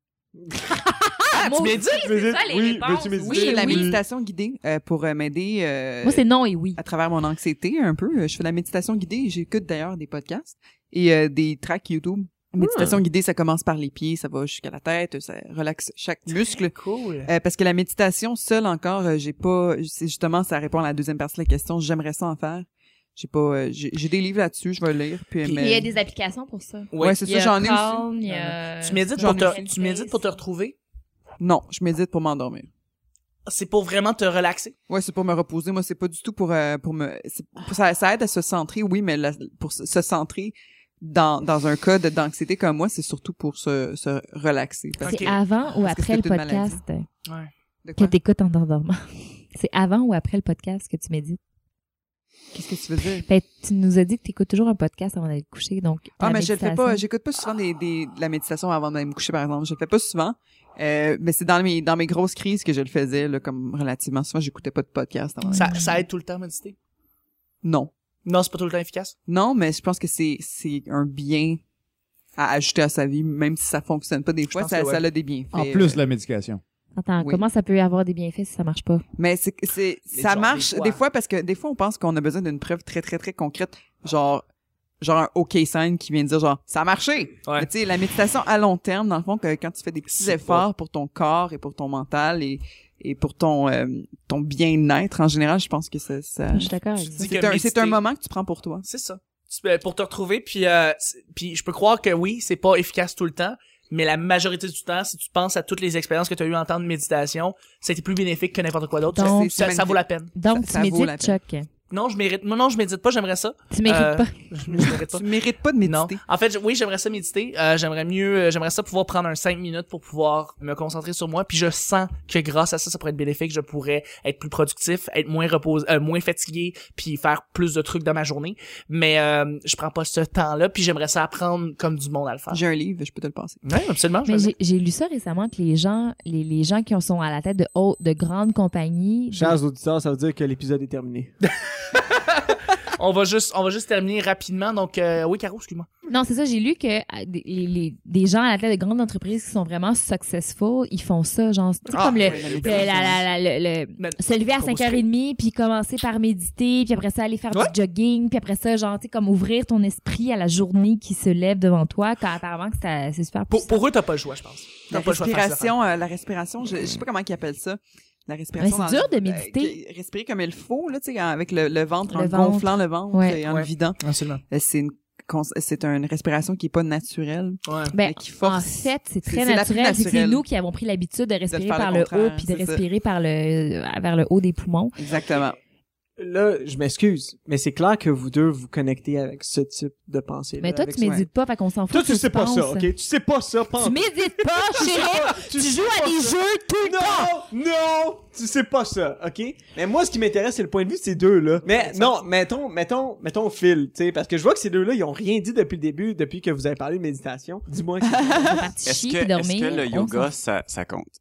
Speaker 3: Ah,
Speaker 2: tu m'as dit?
Speaker 3: C'est ça, les
Speaker 6: Oui,
Speaker 3: réponses.
Speaker 6: veux-tu méditer?
Speaker 3: Oui,
Speaker 4: J'ai
Speaker 3: et
Speaker 4: la
Speaker 3: oui.
Speaker 4: méditation guidée euh, pour euh, m'aider euh,
Speaker 3: Moi, c'est non et oui.
Speaker 4: à travers mon anxiété un peu. Euh, Je fais la méditation guidée et j'écoute d'ailleurs des podcasts et euh, des tracks YouTube.
Speaker 3: Ah.
Speaker 4: La Méditation guidée, ça commence par les pieds, ça va jusqu'à la tête, ça relaxe chaque muscle.
Speaker 2: Cool.
Speaker 4: Euh, parce que la méditation seule encore, euh, j'ai pas. C'est justement, ça répond à la deuxième partie de la question. J'aimerais ça en faire. J'ai pas. euh, j'ai j'ai des livres là-dessus, je vais lire. Puis,
Speaker 2: Puis
Speaker 3: Puis
Speaker 4: mais-
Speaker 3: Il y a des applications pour ça.
Speaker 4: Ouais, c'est ça, j'en ai aussi.
Speaker 3: aussi.
Speaker 2: Tu
Speaker 3: euh,
Speaker 2: médites pour te, tu médites pour te retrouver?
Speaker 4: Non, je médite pour m'endormir.
Speaker 2: C'est pour vraiment te relaxer?
Speaker 4: Ouais, c'est pour me reposer. Moi, c'est pas du tout pour euh, pour me. c'est- Ça, ça aide à se centrer, oui, mais la- pour se se centrer dans dans un cas de- d'anxiété comme moi, c'est surtout pour se se relaxer. Parce
Speaker 2: Ok.
Speaker 3: C'est avant ou
Speaker 4: Parce que
Speaker 3: après le
Speaker 4: c'est une maladie.
Speaker 3: podcast euh,
Speaker 4: de
Speaker 3: que
Speaker 4: quoi?
Speaker 3: t'écoutes en t'endormant? *laughs* C'est avant ou après le podcast que tu médites?
Speaker 4: Qu'est-ce que tu veux dire?
Speaker 3: Ben, tu nous as dit que t'écoutes toujours un podcast avant d'aller te coucher, donc.
Speaker 4: Ah,
Speaker 3: la
Speaker 4: mais je le fais
Speaker 3: méditation-
Speaker 4: pas. J'écoute pas souvent des, des de la méditation avant d'aller me coucher, par exemple. Je le fais pas souvent. Euh, mais c'est dans mes dans mes grosses crises que je le faisais, là, comme relativement souvent. J'écoutais pas de podcast. Avant
Speaker 2: Ça,
Speaker 4: d'aller-
Speaker 2: ça aide tout le temps à méditer?
Speaker 4: Non,
Speaker 2: Non, c'est pas tout le temps efficace.
Speaker 4: non, mais je pense que c'est c'est un bien à ajouter à sa vie, même si ça fonctionne pas des fois.
Speaker 2: pense
Speaker 4: Ça,
Speaker 2: que ouais.
Speaker 4: ça a des Euh, bienfaits.
Speaker 5: En plus de la médication.
Speaker 3: Attends,
Speaker 4: Oui.
Speaker 3: comment ça peut avoir des bienfaits si ça marche pas?
Speaker 4: Mais c'est, c'est,
Speaker 2: Mais
Speaker 4: ça
Speaker 2: genre,
Speaker 4: marche
Speaker 2: des
Speaker 4: des
Speaker 2: fois.
Speaker 4: fois. parce que des fois on pense qu'on a besoin d'une preuve très très très concrète, genre genre un OK sign qui vient de dire genre ça a marché.
Speaker 2: Ouais.
Speaker 4: Mais Tu sais la méditation à long terme dans le fond que quand tu fais des petits
Speaker 2: C'est
Speaker 4: efforts pour ton corps et pour ton mental et et pour ton euh, ton bien-être en général, je pense que ça, ça
Speaker 3: Je suis d'accord avec
Speaker 2: Tu
Speaker 3: ça.
Speaker 2: dis
Speaker 4: c'est,
Speaker 2: que
Speaker 4: un,
Speaker 2: méditer-
Speaker 4: c'est un moment que tu prends pour toi.
Speaker 2: C'est ça. Tu- euh, Pour te retrouver, puis, euh, c'est- puis je peux croire que oui, c'est pas efficace tout le temps, mais la majorité du temps, si tu penses à toutes les expériences que tu as eues en temps de méditation, c'était plus bénéfique que n'importe quoi d'autre.
Speaker 3: Donc,
Speaker 2: ça,
Speaker 4: c'est
Speaker 2: ça vaut
Speaker 4: magnifique.
Speaker 2: la peine.
Speaker 3: Donc,
Speaker 4: ça
Speaker 3: tu
Speaker 4: vaut
Speaker 3: médites,
Speaker 4: la
Speaker 3: Chuck.
Speaker 2: Non, je mérite. Non, non, je médite pas, j'aimerais ça.
Speaker 3: Tu mérites
Speaker 2: Euh,
Speaker 3: pas.
Speaker 2: Je mérite pas.
Speaker 4: Tu mérites pas de méditer.
Speaker 2: Non. En fait, je- oui, j'aimerais ça méditer. Euh, j'aimerais mieux, euh, j'aimerais ça pouvoir prendre un 5 minutes pour pouvoir me concentrer sur moi. Puis je sens que grâce à ça, ça pourrait être bénéfique. Je pourrais être plus productif, être moins repos, euh, moins fatigué, puis faire plus de trucs dans ma journée. Mais euh, je prends pas ce temps-là. Puis j'aimerais ça apprendre comme du monde à le faire.
Speaker 4: J'ai un livre, je peux te le passer.
Speaker 2: Oui, absolument. je
Speaker 3: Mais
Speaker 2: me-
Speaker 3: j'ai- j'ai lu ça récemment que les gens, les, les gens qui en sont à la tête de hautes, de grandes compagnies,
Speaker 6: Chers auditeurs, ça veut dire que l'épisode est terminé.
Speaker 2: on va juste, on va juste terminer rapidement. Donc euh, oui, Caro, excuse-moi.
Speaker 3: Non, c'est ça, j'ai lu que euh, des, les- les- des gens à la tête de grandes entreprises qui sont vraiment successful, ils font ça, genre, c'est
Speaker 2: Ah,
Speaker 3: comme le,
Speaker 2: oui, la
Speaker 3: le-
Speaker 2: méditation.
Speaker 3: la- la- la- le- le-
Speaker 2: Mais-
Speaker 3: se lever à
Speaker 2: Comme au
Speaker 3: 5h30, puis commencer par méditer, puis après ça, aller faire
Speaker 2: Ouais.
Speaker 3: du jogging, puis après ça, genre, tu sais, comme ouvrir ton esprit à la journée qui se lève devant toi, quand apparemment que ça- c'est super
Speaker 2: Pour, pour eux, t'as pas le choix, je pense. T'as
Speaker 4: La
Speaker 2: pas le choix. de faire ça.
Speaker 4: respiration, euh, la respiration, je, je sais pas comment ils appellent ça. La respiration.
Speaker 3: Mais c'est
Speaker 4: dans
Speaker 3: dur
Speaker 4: le-
Speaker 3: de méditer.
Speaker 4: euh, que- respirer comme il faut, là, tu sais, avec le, le ventre,
Speaker 3: Le
Speaker 4: en
Speaker 3: ventre.
Speaker 4: gonflant le ventre
Speaker 3: Ouais.
Speaker 4: et en
Speaker 2: Ouais.
Speaker 4: le vidant.
Speaker 2: Absolument.
Speaker 4: Euh, C'est une, cons- c'est une respiration qui est pas naturelle.
Speaker 2: Ouais.
Speaker 3: Ben,
Speaker 4: mais qui force.
Speaker 3: En fait, c'est
Speaker 4: C'est-
Speaker 3: très
Speaker 4: c'est la plus
Speaker 3: naturel. C'est que C'est
Speaker 4: naturelle.
Speaker 3: nous qui avons pris l'habitude de respirer
Speaker 4: faire le
Speaker 3: par le haut,
Speaker 4: contraire,
Speaker 3: puis de
Speaker 4: c'est ça.
Speaker 3: respirer par le, euh, vers le haut des poumons.
Speaker 4: Exactement.
Speaker 6: Là, je m'excuse, mais c'est clair que vous deux vous connectez avec ce type de pensée.
Speaker 3: Mais toi, tu médites pas, fait qu'on s'en fout.
Speaker 6: Toi,
Speaker 3: ce
Speaker 6: tu
Speaker 3: que
Speaker 6: sais pas ça,
Speaker 3: penses.
Speaker 6: ok? Tu sais pas ça, pas
Speaker 3: Tu médites pas, chérie! Tu joues à des jeux tout le temps!
Speaker 6: Non, non, tu sais pas ça, ok? Mais moi, ce qui m'intéresse, c'est le point de vue de ces deux-là. Mais non, mettons, mettons, mettons Phil, tu sais, parce que je vois que ces deux-là, ils ont rien dit depuis le début, depuis que vous avez parlé de méditation. Dis-moi. *laughs* que-
Speaker 3: On est parti
Speaker 1: Est-ce
Speaker 3: chier
Speaker 1: que,
Speaker 3: puis
Speaker 1: est
Speaker 3: dormir.
Speaker 1: que le
Speaker 3: On
Speaker 1: yoga, ça, ça compte?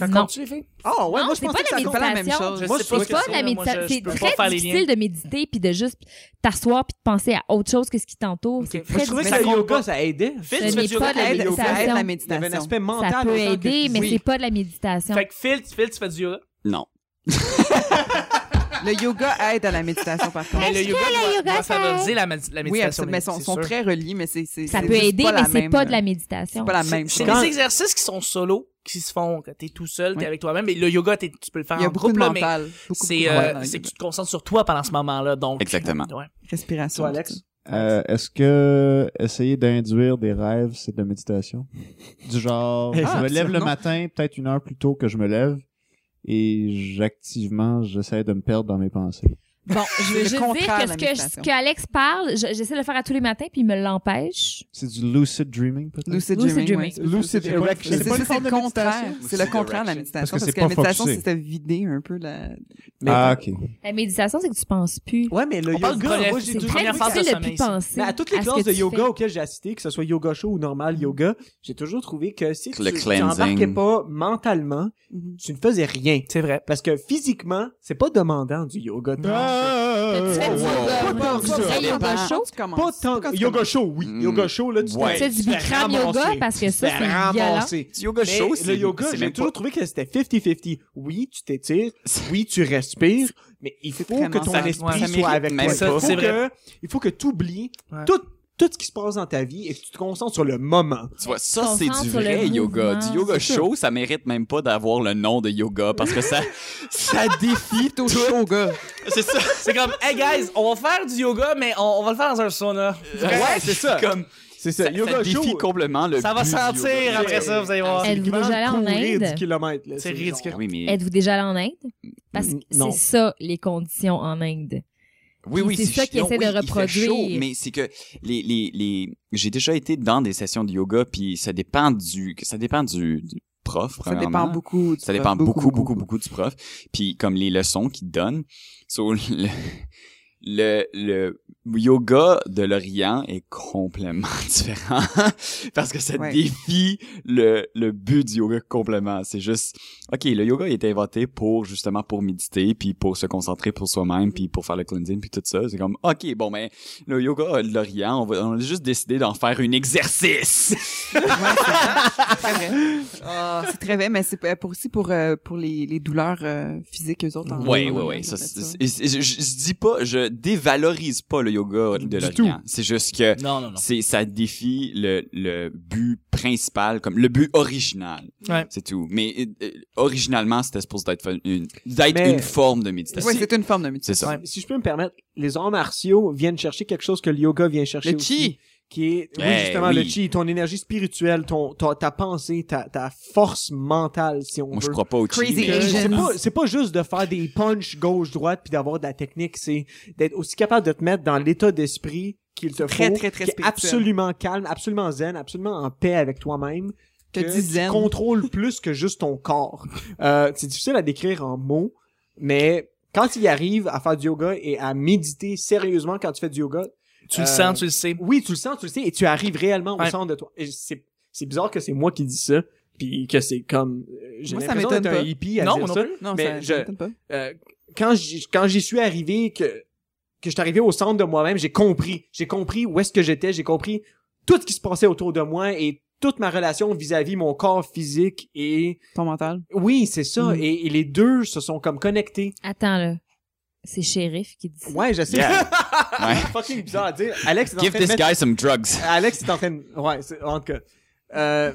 Speaker 2: Quand
Speaker 3: Non.
Speaker 2: tu les fais?
Speaker 6: Ah ouais,
Speaker 3: Non,
Speaker 6: moi je
Speaker 3: c'est
Speaker 6: pensais
Speaker 3: pas
Speaker 6: que
Speaker 3: la
Speaker 6: ça compte.
Speaker 4: C'est pas la même chose.
Speaker 2: Je
Speaker 6: Moi,
Speaker 2: sais
Speaker 6: c'est
Speaker 3: s'en-
Speaker 2: pas
Speaker 6: pas
Speaker 3: C'est
Speaker 2: ce
Speaker 3: pas
Speaker 2: que
Speaker 3: de la
Speaker 2: Moi, je-
Speaker 3: méditation.
Speaker 2: je
Speaker 3: C'est
Speaker 2: peux pas
Speaker 3: très
Speaker 2: faire les liens.
Speaker 3: difficile de méditer puis de juste t'asseoir puis de penser à autre chose que ce qui t'entoure.
Speaker 2: Ok.
Speaker 3: C'est
Speaker 2: Moi,
Speaker 3: très
Speaker 2: je trouvais
Speaker 6: Mais
Speaker 2: ça
Speaker 3: difficile.
Speaker 6: le
Speaker 2: compte
Speaker 6: yoga,
Speaker 2: pas.
Speaker 6: ça aidait.
Speaker 2: Phil,
Speaker 3: Ce
Speaker 2: tu fais
Speaker 3: n'est
Speaker 2: du
Speaker 3: pas
Speaker 2: yoga?
Speaker 3: de
Speaker 4: aide,
Speaker 3: la
Speaker 4: ça aide la
Speaker 3: méditation.
Speaker 6: Il y avait un
Speaker 4: méditation.
Speaker 6: aspect mental.
Speaker 3: Ça peut
Speaker 6: autant que
Speaker 3: aider, mais
Speaker 6: physique.
Speaker 3: c'est pas de la méditation.
Speaker 2: Fait que Phil, tu- Phil, tu fais du yoga.
Speaker 1: Non.
Speaker 4: Le yoga aide à la méditation, par contre.
Speaker 2: Mais le
Speaker 3: Est-ce
Speaker 2: yoga,
Speaker 3: que le
Speaker 2: doit-
Speaker 3: yoga,
Speaker 2: doit
Speaker 3: ça
Speaker 2: favoriser la, médi- la
Speaker 4: Oui,
Speaker 2: méditation.
Speaker 4: absolument, mais sont,
Speaker 2: c'est
Speaker 4: sont
Speaker 2: sûr.
Speaker 4: très reliés, mais c'est, c'est,
Speaker 3: Ça
Speaker 4: c'est
Speaker 3: peut
Speaker 4: juste
Speaker 3: aider,
Speaker 4: pas la
Speaker 3: mais c'est
Speaker 4: même,
Speaker 3: pas de la
Speaker 4: euh,
Speaker 3: méditation.
Speaker 4: C'est pas la
Speaker 2: C'est-
Speaker 4: même
Speaker 2: C'est
Speaker 4: chose.
Speaker 2: des exercices qui sont solo, qui se font quand t'es tout seul, t'es
Speaker 4: Oui.
Speaker 2: avec toi-même. Mais le yoga, t'es- tu peux le faire
Speaker 4: Il y a
Speaker 2: en
Speaker 4: beaucoup
Speaker 2: groupe,
Speaker 4: de
Speaker 2: là, mais
Speaker 4: mental. beaucoup,
Speaker 2: c'est
Speaker 4: beaucoup de
Speaker 2: euh,
Speaker 4: mental dans le
Speaker 2: c'est que
Speaker 4: yoga.
Speaker 2: tu te concentres sur toi pendant ce moment-là. Donc, euh,
Speaker 1: Exactement.
Speaker 2: Ouais.
Speaker 4: Respiration.
Speaker 6: Toi, Alex?
Speaker 4: tout
Speaker 5: Euh, Est-ce que essayer d'induire des rêves, c'est de la méditation? Du genre, je me lève le
Speaker 4: non.
Speaker 5: matin, peut-être une heure plus tôt que je me lève, et j'activement, j'essaie de me perdre dans mes pensées.
Speaker 3: Bon, je veux
Speaker 4: le
Speaker 3: juste dire
Speaker 4: contraire de
Speaker 3: que
Speaker 4: la
Speaker 3: ce que, je- ce
Speaker 4: méditation.
Speaker 3: qu'Alex parle, je- j'essaie de le faire à tous les matins, puis il me l'empêche.
Speaker 5: C'est du lucid dreaming, peut-être?
Speaker 4: Lucid
Speaker 3: Lucid
Speaker 4: dreaming.
Speaker 3: dreaming.
Speaker 4: ouais.
Speaker 6: Lucid
Speaker 5: C'est pas-
Speaker 6: Erection.
Speaker 4: Mais
Speaker 5: C'est
Speaker 4: c'est
Speaker 5: pas
Speaker 4: ça,
Speaker 5: une
Speaker 4: c'est
Speaker 5: forme
Speaker 4: le
Speaker 5: de
Speaker 4: contraire.
Speaker 5: méditation.
Speaker 4: C'est le contraire de
Speaker 1: Parce
Speaker 4: la
Speaker 1: que
Speaker 4: méditation.
Speaker 5: c'est
Speaker 4: Parce que
Speaker 5: pas
Speaker 4: la méditation,
Speaker 5: focusé.
Speaker 4: c'est de vider un peu la.
Speaker 6: Mais-
Speaker 5: ah, ok.
Speaker 3: La méditation, c'est que tu penses plus.
Speaker 6: Ouais, mais le
Speaker 2: On parle du
Speaker 6: yoga,
Speaker 2: progrès-
Speaker 6: moi, j'ai
Speaker 3: C'est
Speaker 6: toujours-
Speaker 3: très
Speaker 2: Première phase de
Speaker 3: difficile de
Speaker 2: sommeil,
Speaker 3: plus
Speaker 2: ça.
Speaker 3: penser.
Speaker 6: Mais à toutes les
Speaker 3: à ce
Speaker 6: classes
Speaker 3: que
Speaker 6: de
Speaker 3: tu
Speaker 6: yoga
Speaker 3: fais. Mm-hmm.
Speaker 6: auxquelles j'ai assisté, que ce soit yoga show ou normal yoga, j'ai toujours trouvé que si tu
Speaker 1: Le cleansing.
Speaker 6: n'embarquais pas mentalement,
Speaker 3: Mm-hmm.
Speaker 6: tu ne faisais rien.
Speaker 2: C'est vrai.
Speaker 6: Parce que physiquement, c'est pas demandant du yoga. tant que ça.
Speaker 3: Tu fais Ah! du
Speaker 6: Pas
Speaker 3: Tu
Speaker 6: tant que
Speaker 3: fais
Speaker 6: ça.
Speaker 3: yoga show.
Speaker 6: Pas tant que Yoga show, oui.
Speaker 1: Mm.
Speaker 6: Yoga show, là, tu
Speaker 1: Ouais.
Speaker 3: Tu fais du
Speaker 6: te fais
Speaker 3: Bikram yoga,
Speaker 6: ramasser.
Speaker 3: parce que
Speaker 6: Tu te
Speaker 3: ça,
Speaker 6: fais
Speaker 3: c'est
Speaker 6: ramasser.
Speaker 1: Du yoga
Speaker 6: Mais
Speaker 1: show, c'est
Speaker 6: le yoga,
Speaker 1: c'est
Speaker 6: j'ai
Speaker 1: même
Speaker 6: toujours
Speaker 1: pas...
Speaker 6: trouvé que c'était 50-50. Oui, tu t'étires. Oui, tu respires. Mais il faut
Speaker 4: vraiment
Speaker 6: que ton
Speaker 4: ça.
Speaker 6: esprit
Speaker 2: Ouais.
Speaker 1: Ça mérite
Speaker 6: soit avec
Speaker 1: même
Speaker 6: toi.
Speaker 2: pas.
Speaker 6: Il faut
Speaker 2: C'est
Speaker 6: que- Il faut que tu oublies
Speaker 2: Ouais.
Speaker 6: tout, tout ce qui se passe dans ta vie et que tu te concentres sur le moment.
Speaker 1: Tu vois, ça, c'est
Speaker 3: Concentre
Speaker 1: du
Speaker 3: sur le
Speaker 1: vrai yoga.
Speaker 3: mouvement.
Speaker 1: Du yoga show, ça mérite même pas d'avoir le nom de yoga parce que ça, *laughs* ça *laughs* défie tout.
Speaker 4: yoga.
Speaker 1: C'est ça.
Speaker 2: C'est comme, hey guys, on va faire du yoga, mais on, on va le faire dans un sauna.
Speaker 1: *laughs* Ouais, c'est ça. Comme,
Speaker 6: C'est
Speaker 1: ça,
Speaker 6: ça.
Speaker 1: ça
Speaker 6: yoga
Speaker 1: défie
Speaker 6: show.
Speaker 1: complètement le
Speaker 2: Ça va
Speaker 1: but du
Speaker 2: sentir
Speaker 1: yoga.
Speaker 2: après ça, vous allez voir.
Speaker 6: c'est
Speaker 3: Êtes-vous
Speaker 6: l'équivalent
Speaker 3: déjà allé en
Speaker 6: de courir
Speaker 3: Inde?
Speaker 6: 10 kilomètres, là.
Speaker 2: C'est
Speaker 6: genre-
Speaker 2: ridicule.
Speaker 1: Ah Oui, mais...
Speaker 3: Êtes-vous déjà allé en Inde? Parce que
Speaker 6: Mm, non.
Speaker 3: c'est ça, les conditions en Inde.
Speaker 1: Oui,
Speaker 3: Puis
Speaker 1: oui,
Speaker 3: c'est ça qu'ils
Speaker 1: chiant.
Speaker 3: essaient de
Speaker 1: Oui, il fait chaud,
Speaker 3: reproduire.
Speaker 1: mais c'est que les, les, les... j'ai déjà été dans des sessions de yoga, puis ça dépend du, ça dépend du, du prof,
Speaker 4: Ça
Speaker 1: premièrement.
Speaker 4: dépend beaucoup. du
Speaker 1: Ça
Speaker 4: prof,
Speaker 1: dépend beaucoup, beaucoup, beaucoup du prof. Puis comme les leçons qu'il donne. So, le, le, le yoga de l'Orient est complètement *laughs* différent parce que ça
Speaker 4: Ouais.
Speaker 1: défie le, le but du yoga complètement. C'est juste, OK, le yoga il a été inventé pour justement pour méditer, puis pour se concentrer pour soi-même, puis pour faire le cleansing, puis tout ça. C'est comme, OK, bon, mais le yoga de l'Orient, on, va- on a juste décidé d'en faire un exercice.
Speaker 4: Très vrai. Ah, c'est très vrai, mais c'est p- pour aussi pour, euh, pour les, les douleurs euh, physiques, eux autres. en-
Speaker 1: Ouais,
Speaker 4: en-
Speaker 1: ouais,
Speaker 4: en-
Speaker 1: ouais.
Speaker 4: en-
Speaker 1: Ça,
Speaker 4: en-
Speaker 1: c'est- c'est- je, je- je dis pas, je dévalorise pas le yoga de l'Orient. C'est juste que
Speaker 2: Non, non, non.
Speaker 1: c'est ça défie le, le but principal, comme le but original.
Speaker 2: Ouais.
Speaker 1: C'est tout. Mais euh, euh, originalement, c'était supposé d'être fa- une, d'être
Speaker 6: Mais-
Speaker 1: une forme de méditation.
Speaker 4: Ouais, c'est une forme de méditation.
Speaker 1: C'est ça.
Speaker 2: Ouais.
Speaker 6: Si je peux me permettre, les arts martiaux viennent chercher quelque chose que le yoga vient chercher
Speaker 4: Le
Speaker 6: aussi.
Speaker 4: chi.
Speaker 6: qui est oui,
Speaker 1: Eh,
Speaker 6: justement
Speaker 1: oui.
Speaker 6: le chi, ton énergie spirituelle, ton ta, ta pensée, ta, ta force mentale si on
Speaker 1: Moi, je
Speaker 6: veut.
Speaker 1: crois pas au chi,
Speaker 4: Crazy
Speaker 1: mais-
Speaker 4: Asian.
Speaker 6: C'est pas c'est pas juste de faire des punches gauche droite puis d'avoir de la technique, c'est d'être aussi capable de te mettre dans l'état d'esprit qu'il te
Speaker 4: Très,
Speaker 6: faut,
Speaker 4: très, très
Speaker 6: qui est
Speaker 4: spirituel.
Speaker 6: absolument calme, absolument zen, absolument en paix avec toi-même.
Speaker 4: Que
Speaker 6: que
Speaker 4: dis zen. *laughs*
Speaker 6: Tu contrôles plus que juste ton corps. Euh, c'est difficile à décrire en mots, mais quand il arrive à faire du yoga et à méditer sérieusement quand tu fais du yoga,
Speaker 2: Tu le
Speaker 6: Euh,
Speaker 2: sens, tu le sais.
Speaker 6: oui, tu le sens, tu le sais, et tu arrives réellement au
Speaker 2: Ouais.
Speaker 6: centre de toi. Et c'est, c'est bizarre que c'est moi qui dis ça, puis que c'est comme... euh, J'ai
Speaker 4: Moi, ça
Speaker 6: l'impression
Speaker 4: m'étonne
Speaker 6: d'être un
Speaker 4: pas.
Speaker 6: hippie à
Speaker 2: Non,
Speaker 6: dire
Speaker 2: moi non
Speaker 6: ça.
Speaker 2: plus.
Speaker 4: Non,
Speaker 6: Mais
Speaker 4: ça,
Speaker 6: je-
Speaker 4: ça m'étonne pas.
Speaker 6: Euh, quand, j'y, quand j'y suis arrivé, que, que je suis arrivé au centre de moi-même, j'ai compris. J'ai compris où est-ce que j'étais, j'ai compris tout ce qui se passait autour de moi et toute ma relation vis-à-vis mon corps physique et...
Speaker 4: Ton mental.
Speaker 6: Oui, c'est ça.
Speaker 4: Mm.
Speaker 6: Et, et les deux se sont comme connectés.
Speaker 3: Attends, là. C'est Shérif qui dit ça.
Speaker 6: Ouais, je sais.
Speaker 1: Yeah. Ouais.
Speaker 6: C'est *laughs* fucking bizarre à dire. Alex, est en
Speaker 1: Give
Speaker 6: train de
Speaker 1: this
Speaker 6: mettre-
Speaker 1: guy some drugs.
Speaker 6: Alex est en train de... Ouais, c'est- en tout cas.
Speaker 4: *laughs*
Speaker 6: Euh,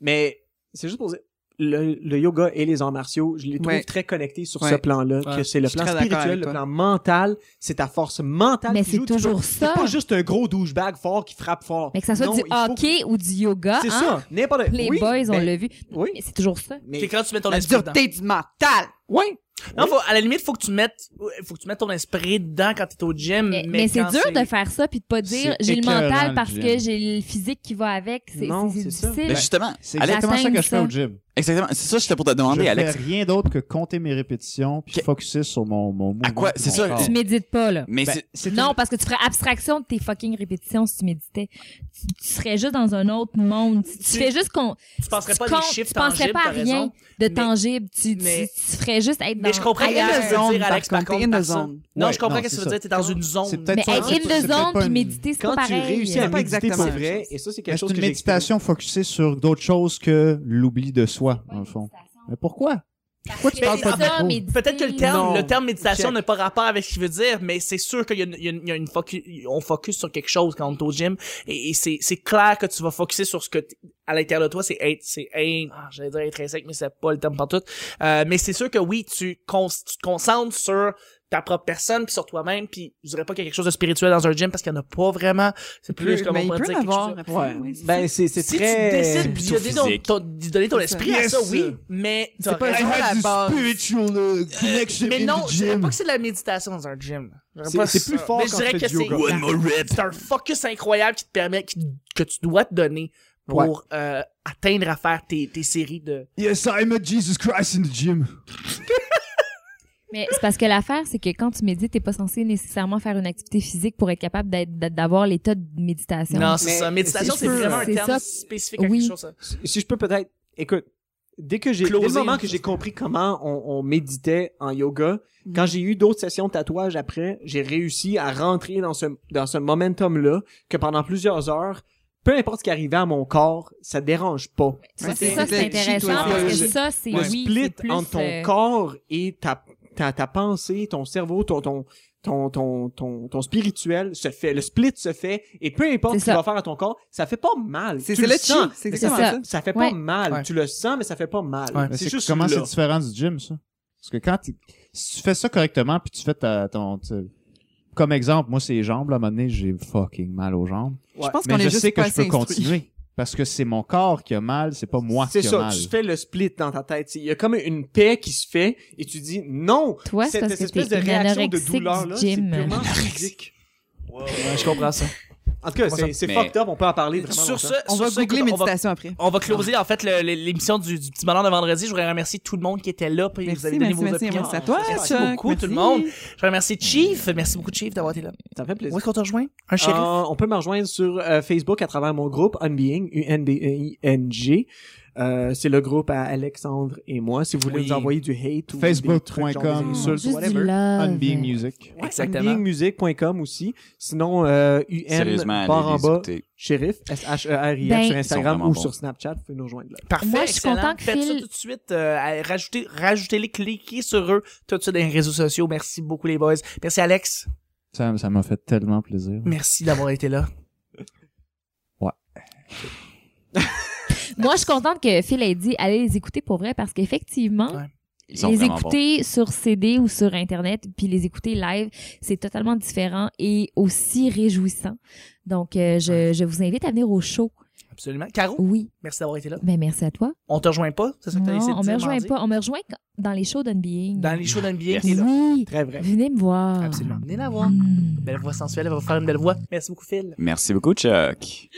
Speaker 6: mais c'est juste pour dire, le, le yoga et les arts martiaux, je les trouve
Speaker 4: Ouais.
Speaker 6: très connectés sur
Speaker 4: Ouais.
Speaker 6: ce plan-là, que
Speaker 2: Ouais.
Speaker 6: c'est le
Speaker 4: Je suis
Speaker 6: plan
Speaker 4: très d'accord
Speaker 6: spirituel,
Speaker 4: avec
Speaker 6: le
Speaker 4: toi.
Speaker 6: plan mental, c'est ta force mentale
Speaker 3: Mais
Speaker 6: qui
Speaker 3: c'est
Speaker 6: joue. Tu peux-
Speaker 3: toujours ça.
Speaker 6: C'est pas juste un gros douchebag fort qui frappe fort.
Speaker 3: Mais que ça soit
Speaker 6: Non,
Speaker 3: du
Speaker 6: il faut-
Speaker 3: hockey ou du yoga,
Speaker 6: C'est
Speaker 3: hein?
Speaker 6: ça, n'importe
Speaker 3: Les
Speaker 6: oui,
Speaker 3: boys, on
Speaker 6: ben,
Speaker 3: l'a vu.
Speaker 6: Oui,
Speaker 3: Mais C'est toujours ça.
Speaker 6: mais...
Speaker 2: C'est quand tu mets ton
Speaker 4: La
Speaker 2: esprit dedans.
Speaker 4: dureté du mental.
Speaker 6: Oui,
Speaker 2: Non, faut, à la limite, faut que tu mettes, faut que tu mettes ton esprit dedans quand t'es au gym.
Speaker 3: Mais,
Speaker 2: Mais,
Speaker 3: mais c'est
Speaker 2: quand
Speaker 3: dur de faire ça puis de pas dire
Speaker 5: C'est
Speaker 3: j'ai le
Speaker 5: écœurant,
Speaker 3: mental
Speaker 5: le
Speaker 3: parce que
Speaker 5: gym.
Speaker 3: j'ai le physique qui va avec. C'est
Speaker 6: Non,
Speaker 3: c'est- c'est
Speaker 6: c'est ça.
Speaker 3: difficile.
Speaker 1: Mais Ben, justement,
Speaker 5: C'est
Speaker 1: Allez,
Speaker 5: exactement ça que je
Speaker 3: atteindre
Speaker 5: fais au
Speaker 3: ça.
Speaker 5: gym.
Speaker 1: exactement. C'est ça, j'étais pour te
Speaker 5: je
Speaker 1: demander,
Speaker 5: fais
Speaker 1: Alex.
Speaker 5: rien d'autre que compter mes répétitions puis
Speaker 1: Que-
Speaker 5: focuser sur mon, mon mouvement.
Speaker 1: À quoi-
Speaker 5: puis
Speaker 1: c'est
Speaker 5: mon
Speaker 1: ça,
Speaker 5: corps.
Speaker 1: tu
Speaker 3: Tu médites pas, là.
Speaker 1: Mais
Speaker 5: Ben,
Speaker 1: c'est-
Speaker 5: c'est
Speaker 3: non,
Speaker 5: une-
Speaker 3: parce que tu ferais abstraction de tes fucking répétitions si tu méditais. Tu, tu serais juste dans un autre monde. Tu, tu
Speaker 2: Tu-
Speaker 3: fais juste qu'on.
Speaker 2: Tu penserais
Speaker 3: tu
Speaker 2: pas à
Speaker 3: comptes-
Speaker 2: des chiffres
Speaker 3: Tu penserais
Speaker 2: tangibles,
Speaker 3: pas à
Speaker 2: t'as
Speaker 3: rien
Speaker 2: raison.
Speaker 3: de
Speaker 2: Mais-
Speaker 3: tangible. Tu, tu-
Speaker 2: mais-
Speaker 3: tu ferais juste être dans.
Speaker 2: Mais je comprends
Speaker 3: ailleurs.
Speaker 2: qu'est-ce que tu veux
Speaker 4: Zone,
Speaker 2: dire, Alex,
Speaker 4: par
Speaker 2: par
Speaker 4: contre,
Speaker 2: contre.
Speaker 4: in the
Speaker 2: par
Speaker 4: zone.
Speaker 2: ça. Non,
Speaker 5: Ouais,
Speaker 2: je comprends
Speaker 5: non,
Speaker 2: qu'est-ce que
Speaker 5: c'est
Speaker 2: tu veux
Speaker 5: ça.
Speaker 2: dire, t'es dans une zone.
Speaker 5: C'est peut-être
Speaker 3: Mais
Speaker 5: ça,
Speaker 3: être
Speaker 5: c'est-
Speaker 3: in the
Speaker 5: c'est pas
Speaker 3: zone puis
Speaker 5: une-
Speaker 3: méditer, c'est
Speaker 6: quand
Speaker 3: pas
Speaker 6: tu
Speaker 3: pareil.
Speaker 6: réussis à
Speaker 4: C'est pas
Speaker 6: méditer pour
Speaker 4: exactement la
Speaker 6: vrai,
Speaker 4: même chose. Ben,
Speaker 6: et ça, c'est
Speaker 5: Mais
Speaker 6: quelque
Speaker 5: C'est
Speaker 6: chose
Speaker 5: une
Speaker 6: que j'ai
Speaker 5: méditation focusée sur d'autres choses que l'oubli de soi, dans le fond. Mais pourquoi? Pourquoi tu
Speaker 3: Mais
Speaker 5: parles pas de
Speaker 3: c'est ça,
Speaker 5: métro?
Speaker 3: méditer,
Speaker 2: Peut-être que le terme,
Speaker 6: Non.
Speaker 2: le terme méditation
Speaker 6: Check.
Speaker 2: n'a pas rapport avec ce qu'il veut dire, mais c'est sûr qu'il y a une, il y a une- il y a une focu- on focus sur quelque chose quand on est au gym, et, et c'est, c'est clair que tu vas focuser sur ce que t- à l'intérieur de toi, c'est être, c'est in- ah, j'allais dire intrinsèque, mais c'est pas le terme partout. Euh, mais c'est sûr que oui, tu, con- tu te concentres sur ta propre personne, puis sur toi-même, puis je dirais pas qu'il y a quelque chose de spirituel dans un gym parce qu'il y en a pas vraiment. C'est plus comme
Speaker 4: mais
Speaker 2: on
Speaker 4: il
Speaker 2: pourrait
Speaker 4: peut
Speaker 2: dire
Speaker 4: en
Speaker 2: quelque
Speaker 4: avoir.
Speaker 2: chose.
Speaker 4: après,
Speaker 6: Ouais.
Speaker 4: oui, c'est euh,
Speaker 6: Ben, c'est, c'est
Speaker 2: Si
Speaker 6: très...
Speaker 2: tu décides
Speaker 1: plutôt
Speaker 2: d'y donner ton,
Speaker 1: physique.
Speaker 2: ton- d'y donner ton
Speaker 4: C'est
Speaker 2: esprit
Speaker 5: ça.
Speaker 2: à ça,
Speaker 5: Yes.
Speaker 2: oui, mais
Speaker 4: C'est
Speaker 2: t'aurais-
Speaker 4: pas
Speaker 5: I
Speaker 4: vraiment la
Speaker 5: had
Speaker 4: base.
Speaker 5: the spiritual uh, connection
Speaker 2: Mais
Speaker 5: in
Speaker 2: non,
Speaker 5: the
Speaker 2: je dirais
Speaker 5: gym.
Speaker 2: pas que c'est de la méditation dans un gym. Je dirais
Speaker 6: C'est-
Speaker 2: pas
Speaker 6: c'est
Speaker 2: ça.
Speaker 6: plus fort
Speaker 2: Mais je
Speaker 6: quand
Speaker 2: dirais
Speaker 6: tu
Speaker 2: que
Speaker 6: fais du
Speaker 2: c'est
Speaker 6: yoga.
Speaker 2: la- c'est un focus incroyable qui te permet, qui- que tu dois te donner pour
Speaker 6: Ouais.
Speaker 2: euh, atteindre à faire tes, tes séries de.
Speaker 5: Yes, I met Jesus Christ in the gym.
Speaker 3: Mais c'est parce que l'affaire, c'est que quand tu médites, t'es pas censé nécessairement faire une activité physique pour être capable d'être- d'être- d'avoir l'état de méditation.
Speaker 2: Non, c'est
Speaker 6: Mais
Speaker 2: ça. Méditation,
Speaker 6: c'est
Speaker 2: c'est
Speaker 6: sûr.
Speaker 2: vraiment un
Speaker 3: C'est
Speaker 2: terme
Speaker 3: ça.
Speaker 2: spécifique à
Speaker 3: Oui.
Speaker 2: quelque chose. ça.
Speaker 6: Si- Si je peux peut-être... Écoute, dès que j'ai... Dès le
Speaker 2: Closer
Speaker 6: moment
Speaker 2: une
Speaker 6: que j'ai compris comment on, on méditait en yoga, quand j'ai eu d'autres sessions de tatouage après, j'ai réussi à rentrer dans ce, dans ce momentum-là que pendant plusieurs heures, peu importe ce qui arrivait à mon corps, ça dérange pas.
Speaker 3: Ça,
Speaker 4: c'est-
Speaker 3: c'est ça,
Speaker 4: c'est-
Speaker 3: c'est intéressant
Speaker 4: c'est-
Speaker 3: parce que
Speaker 6: c'est-
Speaker 3: ça, c'est
Speaker 6: le
Speaker 3: oui,
Speaker 6: split
Speaker 3: c'est plus,
Speaker 6: entre ton
Speaker 3: euh,
Speaker 6: corps et ta, ta, ta pensée, ton cerveau, ton, ton, ton, ton, ton, ton spirituel se fait. Le split se fait. Et peu importe
Speaker 3: C'est
Speaker 6: ce que tu
Speaker 3: ça.
Speaker 6: vas faire à ton corps, ça fait pas mal.
Speaker 4: C'est
Speaker 6: Tu
Speaker 4: c'est le chi,
Speaker 6: sens.
Speaker 4: c'est
Speaker 6: mais
Speaker 4: exactement
Speaker 3: ça.
Speaker 4: ça.
Speaker 6: Ça fait
Speaker 3: Ouais.
Speaker 6: pas mal.
Speaker 2: Ouais.
Speaker 6: Tu le sens, mais ça fait pas mal.
Speaker 2: Ouais.
Speaker 5: Mais
Speaker 6: C'est juste
Speaker 5: comment c'est
Speaker 6: là.
Speaker 5: différent du gym, ça? Parce que quand tu- si tu fais ça correctement, puis tu fais ta, ton... tu- Comme exemple, moi, c'est les jambes, là, à un moment donné, j'ai fucking mal aux jambes.
Speaker 4: Je pense qu'on
Speaker 5: Mais
Speaker 4: est
Speaker 5: je
Speaker 4: juste
Speaker 5: sais que
Speaker 4: pas
Speaker 5: je peux
Speaker 4: assez instruits.
Speaker 5: continuer. Parce que c'est mon corps qui a mal, c'est pas moi qui
Speaker 6: C'est
Speaker 5: a
Speaker 6: ça,
Speaker 5: mal.
Speaker 6: tu fais le split dans ta tête. t'sais. Il y a comme une paix qui se fait et tu dis non.
Speaker 3: Toi, c'est
Speaker 6: cette,
Speaker 3: parce
Speaker 6: cette
Speaker 3: que
Speaker 6: espèce
Speaker 3: t'es
Speaker 6: de
Speaker 3: une
Speaker 6: réaction de
Speaker 3: anorexique
Speaker 6: douleur là,
Speaker 3: du
Speaker 6: c'est
Speaker 3: gym.
Speaker 6: purement physique.
Speaker 2: Ouais, je comprends ça.
Speaker 6: En tout cas,
Speaker 2: Comment
Speaker 6: c'est c'est
Speaker 1: Mais-
Speaker 6: fucked up. On peut en parler vraiment.
Speaker 2: Sur
Speaker 6: longtemps.
Speaker 2: ce,
Speaker 4: On
Speaker 2: sur
Speaker 4: va
Speaker 2: ce,
Speaker 4: googler
Speaker 2: écoute, on va-
Speaker 4: méditation après.
Speaker 2: On va closer en fait le- le- l'émission du, du petit bonheur de vendredi. Je voudrais remercier tout le monde qui était là. Puis vous avez
Speaker 4: Merci,
Speaker 2: donné
Speaker 4: merci,
Speaker 2: vos
Speaker 4: merci.
Speaker 2: opinions.
Speaker 4: Merci à toi,
Speaker 2: Merci
Speaker 4: Chuck.
Speaker 2: beaucoup tout le
Speaker 4: Merci.
Speaker 2: monde. Je remercie Chief. Merci beaucoup Chief d'avoir été là.
Speaker 6: Ça fait plaisir.
Speaker 2: Où est-ce qu'on te rejoint? Un shérif?
Speaker 6: Euh, on peut me rejoindre sur euh, Facebook à travers mon groupe Unbeing, E U-N-B-I-N-G. Euh, c'est le groupe à Alexandre et moi. Si vous voulez
Speaker 2: Oui.
Speaker 6: nous envoyer du hate ou
Speaker 5: Facebook.com,
Speaker 6: des trucs genre des insultes,
Speaker 3: juste
Speaker 6: whatever.
Speaker 3: du love.
Speaker 5: Unbeing Music.
Speaker 6: Ouais,
Speaker 2: Exactement.
Speaker 6: unbeingmusic.com aussi. Sinon, euh, UN,
Speaker 1: Sérieusement,
Speaker 6: barre en
Speaker 1: allez les
Speaker 6: bas,
Speaker 1: écouter.
Speaker 6: shérif, E S-H-E-R-I-F
Speaker 3: Ben-
Speaker 6: sur
Speaker 1: Ils sont
Speaker 6: Instagram
Speaker 1: vraiment
Speaker 6: ou
Speaker 1: bons.
Speaker 6: sur Snapchat. Vous pouvez nous rejoindre là.
Speaker 2: Parfait.
Speaker 3: Moi, je suis
Speaker 2: excellent.
Speaker 3: content que
Speaker 2: Faites ça
Speaker 3: Phil-
Speaker 2: tout de suite. euh, à- rajoutez, rajoutez-les, cliquez sur eux tout de suite dans les réseaux sociaux. Merci beaucoup, les boys. Merci, Alex.
Speaker 5: Ça ça m'a fait tellement plaisir.
Speaker 2: Merci d'avoir été là.
Speaker 3: Moi, je suis contente que Phil ait dit allez les écouter pour vrai parce qu'effectivement,
Speaker 2: Ouais.
Speaker 1: Ils sont
Speaker 3: les
Speaker 1: vraiment
Speaker 3: écouter sur CD ou sur Internet, puis les écouter live, c'est totalement différent et aussi réjouissant. Donc, euh, je, je vous invite à venir au show.
Speaker 2: Absolument. Caro,
Speaker 3: Oui,
Speaker 2: merci d'avoir été là.
Speaker 3: ben merci à toi.
Speaker 2: On te rejoint pas? C'est ça que t'as
Speaker 3: Non,
Speaker 2: essayé de
Speaker 3: on
Speaker 2: dire
Speaker 3: me rejoint
Speaker 2: mardi?
Speaker 3: pas. On me rejoint quand- dans les shows d'Unbeing.
Speaker 2: Dans les shows d'NBA,
Speaker 1: Yes.
Speaker 2: t'es là.
Speaker 3: Oui,
Speaker 6: Très vrai.
Speaker 3: venez me voir.
Speaker 2: Absolument. Venez la voir.
Speaker 3: Mm.
Speaker 2: Belle voix sensuelle, elle va vous faire une belle voix. Merci beaucoup, Phil.
Speaker 1: Merci beaucoup, Chuck.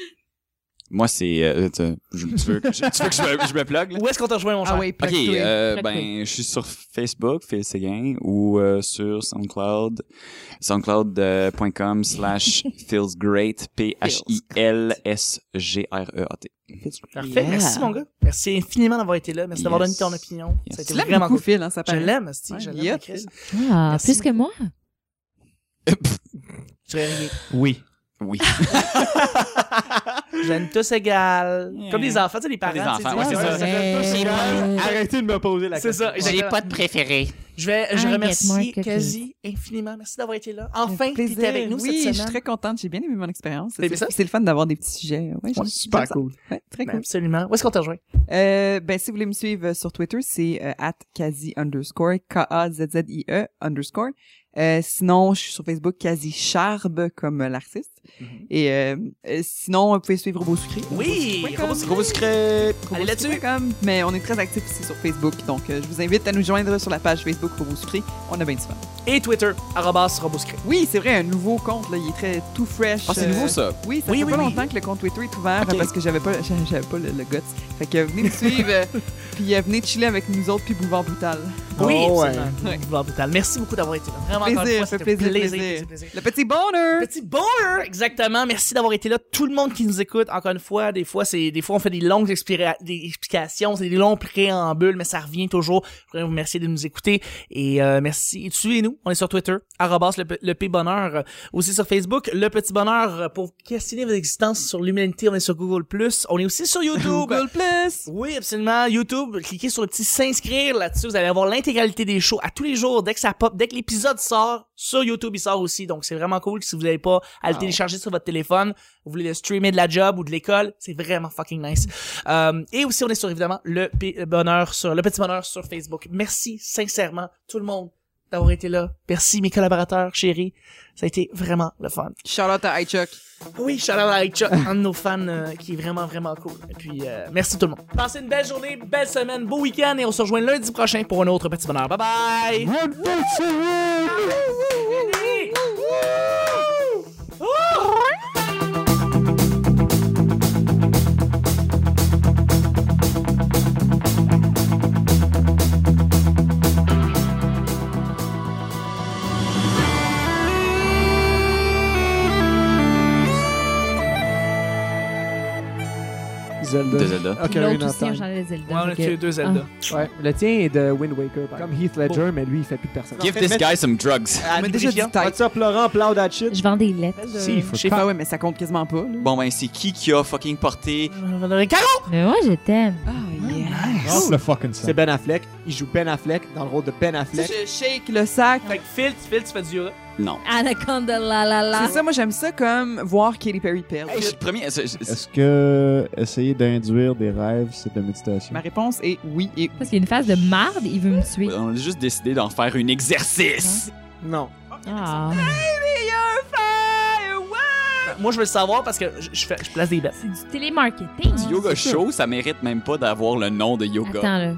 Speaker 1: Moi, c'est... euh, tu, je- tu veux que je, tu veux que je me, je me plug, *laughs* là?
Speaker 2: Où est-ce qu'on te rejoint, mon cher?
Speaker 4: Ah oui,
Speaker 1: OK,
Speaker 4: plug-toi.
Speaker 1: euh,
Speaker 3: Plug-toi.
Speaker 1: ben, je suis sur Facebook, Phil Séguin, ou euh, sur SoundCloud, soundcloud.com *laughs* slash feelsgreat, P-H-I-L-S-G-R-E-A-T.
Speaker 2: Parfait.
Speaker 6: Yeah.
Speaker 2: Merci, mon gars. Merci infiniment d'avoir été là. Merci d'avoir donné
Speaker 1: Yes.
Speaker 2: ton opinion.
Speaker 1: Yes.
Speaker 2: Ça a été
Speaker 4: Tu l'aimes
Speaker 2: vraiment
Speaker 4: beaucoup,
Speaker 2: cool.
Speaker 4: Phil, hein, ça
Speaker 2: Je
Speaker 4: paraît.
Speaker 2: l'aime, Asti.
Speaker 4: Ouais,
Speaker 2: je l'aime.
Speaker 4: yep.
Speaker 2: Chris.
Speaker 3: Ah,
Speaker 2: Merci
Speaker 3: plus que moi.
Speaker 2: Je dirais rien.
Speaker 5: Oui.
Speaker 2: *laughs*
Speaker 1: Oui.
Speaker 2: J'aime tous égal.
Speaker 1: Yeah.
Speaker 2: Comme des enfants, tu sais, les parents.
Speaker 1: Comme des
Speaker 2: tu sais,
Speaker 1: enfants, ouais,
Speaker 2: tu dis,
Speaker 1: c'est
Speaker 2: ah,
Speaker 1: ça.
Speaker 6: Arrêtez de me poser la
Speaker 2: C'est ça.
Speaker 6: question.
Speaker 2: J'ai pas de préféré. Je vais, je
Speaker 3: Ah, get
Speaker 2: remercie
Speaker 3: more cookies.
Speaker 2: quasi infiniment. Merci d'avoir été là. Enfin, tu
Speaker 4: Plaisir.
Speaker 2: étais avec nous
Speaker 4: oui,
Speaker 2: cette
Speaker 4: je suis
Speaker 2: semaine.
Speaker 4: très contente. J'ai bien aimé mon expérience.
Speaker 2: T'as aimé ça?
Speaker 4: C'est c'est le fun d'avoir des petits sujets. Ouais, j'aime- j'aime
Speaker 5: super
Speaker 4: ça.
Speaker 5: cool.
Speaker 4: Ouais, très
Speaker 2: Ben,
Speaker 4: cool.
Speaker 2: Absolument. Où est-ce qu'on te rejoint?
Speaker 4: Euh, ben, si vous voulez me suivre euh, sur Twitter, c'est euh, at quasi underscore, K-A-Z-Z-I-E E underscore. Euh, sinon, je suis sur Facebook quasi charbe comme euh, l'artiste. Et euh, euh, sinon, vous pouvez suivre Robosucré.
Speaker 2: Mm-hmm. Oui!
Speaker 4: Robosucré.com.
Speaker 2: Robosucré. Allez là-dessus!
Speaker 4: Robosucré.com. Mais on est très actifs aussi sur Facebook, donc euh, je vous invite à nous joindre sur la page Facebook Robosucré. On a bien du fun.
Speaker 2: Et Twitter, arrobas roboscrit.
Speaker 4: Oui, c'est vrai, un nouveau compte, là, il est très tout fresh.
Speaker 1: Ah, c'est
Speaker 4: euh,
Speaker 1: nouveau, ça.
Speaker 4: Oui, ça
Speaker 2: Oui,
Speaker 4: fait
Speaker 2: oui,
Speaker 4: pas
Speaker 2: oui.
Speaker 4: longtemps que le compte Twitter est ouvert
Speaker 2: Ok.
Speaker 4: euh, parce que j'avais pas, *laughs* j'avais j'avais pas le, le guts. Fait que venez me suivre, euh, puis euh, venez chiller avec nous autres, puis boulevard brutal.
Speaker 2: Oui,
Speaker 6: Oh, ouais.
Speaker 2: absolument.
Speaker 4: Ouais.
Speaker 2: Boulevard Brutal. Merci beaucoup d'avoir été là. Vraiment,
Speaker 4: Plaisir,
Speaker 2: encore une fois,
Speaker 4: fait
Speaker 2: c'était
Speaker 4: plaisir,
Speaker 2: plaisir, plaisir,
Speaker 4: plaisir.
Speaker 2: plaisir.
Speaker 4: Le petit bonheur!
Speaker 2: Petit bonheur! Exactement. Merci d'avoir été là. Tout le monde qui nous écoute, encore une fois, des fois, c'est, des fois, on fait des longues expira- des explications, c'est des longs préambules, mais ça revient toujours. Je voudrais vous remercier de nous écouter. Et, euh, merci. Et suivez-nous. On est sur Twitter. Arrobas le, P- le P Bonheur. Euh, Aussi sur Facebook. Le Petit Bonheur euh, pour questionner vos existences sur l'humanité. On est sur Google Plus. On est aussi sur YouTube.
Speaker 4: Google Plus!
Speaker 2: Oui, absolument. YouTube, cliquez sur le petit s'inscrire là-dessus. Vous allez avoir l'intégralité des shows à tous les jours dès que ça pop, dès que l'épisode sort sur YouTube, il sort aussi. Donc c'est vraiment cool si vous n'avez pas à le télécharger sur votre téléphone, vous voulez le streamer de la job ou de l'école, c'est vraiment fucking nice. Euh, et aussi euh, on est sur évidemment le P- bonheur sur le petit bonheur sur Facebook. Merci sincèrement tout le monde d'avoir été là. Merci mes collaborateurs, chérie. Ça a été vraiment le fun.
Speaker 4: Charlotte à iChuck.
Speaker 2: Oui, shout out à Ike Chuck, un de nos fans euh, qui est vraiment, vraiment cool. Et puis, euh, merci tout le monde. Passez une belle journée, belle semaine, beau week-end et on se rejoint lundi prochain pour un autre petit bonheur. Bye bye!
Speaker 6: Zelda.
Speaker 1: De Zelda.
Speaker 6: Ocarina
Speaker 3: L'autre
Speaker 6: of
Speaker 3: aussi, on
Speaker 6: Time.
Speaker 3: changeait les
Speaker 2: Ouais, on
Speaker 3: Zelda.
Speaker 2: a
Speaker 3: fait
Speaker 2: tué
Speaker 3: que- Ah.
Speaker 2: deux Zelda.
Speaker 6: Ouais, le tien est de Wind Waker, par
Speaker 2: Comme
Speaker 6: comme Heath Ledger, mais lui, il fait plus de personne.
Speaker 1: Give this guy some drugs.
Speaker 2: Ah,
Speaker 4: On m'a déjà dit
Speaker 2: lubrifiant.
Speaker 4: tête.
Speaker 6: What's up, Laurent? Plow that
Speaker 3: Ah,
Speaker 6: shit.
Speaker 3: je vends des lettres. euh,
Speaker 5: Si, il faut
Speaker 2: J'ai
Speaker 5: quand-
Speaker 4: Ah ouais, mais ça compte quasiment pas, là.
Speaker 1: Bon, ben, c'est qui qui a fucking porté
Speaker 2: Caro!
Speaker 3: Mais moi, je t'aime.
Speaker 4: Ah, yeah.
Speaker 5: Oh, le fucking ça.
Speaker 6: C'est Ben Affleck. Il joue Ben Affleck dans le rôle de Ben
Speaker 4: Tu
Speaker 6: Affleck.
Speaker 4: sais, je shake le sac.
Speaker 2: Fait que Phil, tu- Phil, tu fais du yoga.
Speaker 1: Non.
Speaker 3: Anaconda la la la.
Speaker 4: C'est ça, moi, j'aime ça comme voir Katy Perry perdre.
Speaker 1: Hey, je suis le premier. c'est- c'est-
Speaker 5: Est-ce que essayer d'induire des rêves, c'est de la méditation?
Speaker 4: Ma réponse est oui et
Speaker 3: Parce qu'il y a une phase de marde, il veut me tuer.
Speaker 1: On a juste décidé d'en faire un exercice.
Speaker 6: Non.
Speaker 3: Ah,
Speaker 2: Ben, Moi, je veux le savoir parce que je, je fais, je place des bêtes.
Speaker 3: c'est du télémarketing.
Speaker 1: Du yoga show, Ah, ça mérite même pas d'avoir le nom de yoga.
Speaker 3: Attends, là.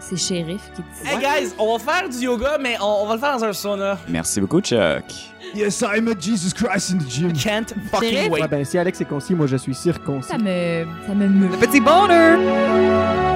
Speaker 3: C'est shérif qui dit.
Speaker 2: Hey guys, on va faire du yoga, mais on, on va le faire dans un sauna.
Speaker 1: Merci beaucoup, Chuck.
Speaker 5: Yes, I met Jesus Christ in the gym.
Speaker 2: Can't fucking
Speaker 6: Ouais,
Speaker 2: wait.
Speaker 6: ben, si Alex est concis, moi, je suis
Speaker 3: Ça
Speaker 6: circoncis.
Speaker 3: me. Ça me meut.
Speaker 4: Le petit bonheur!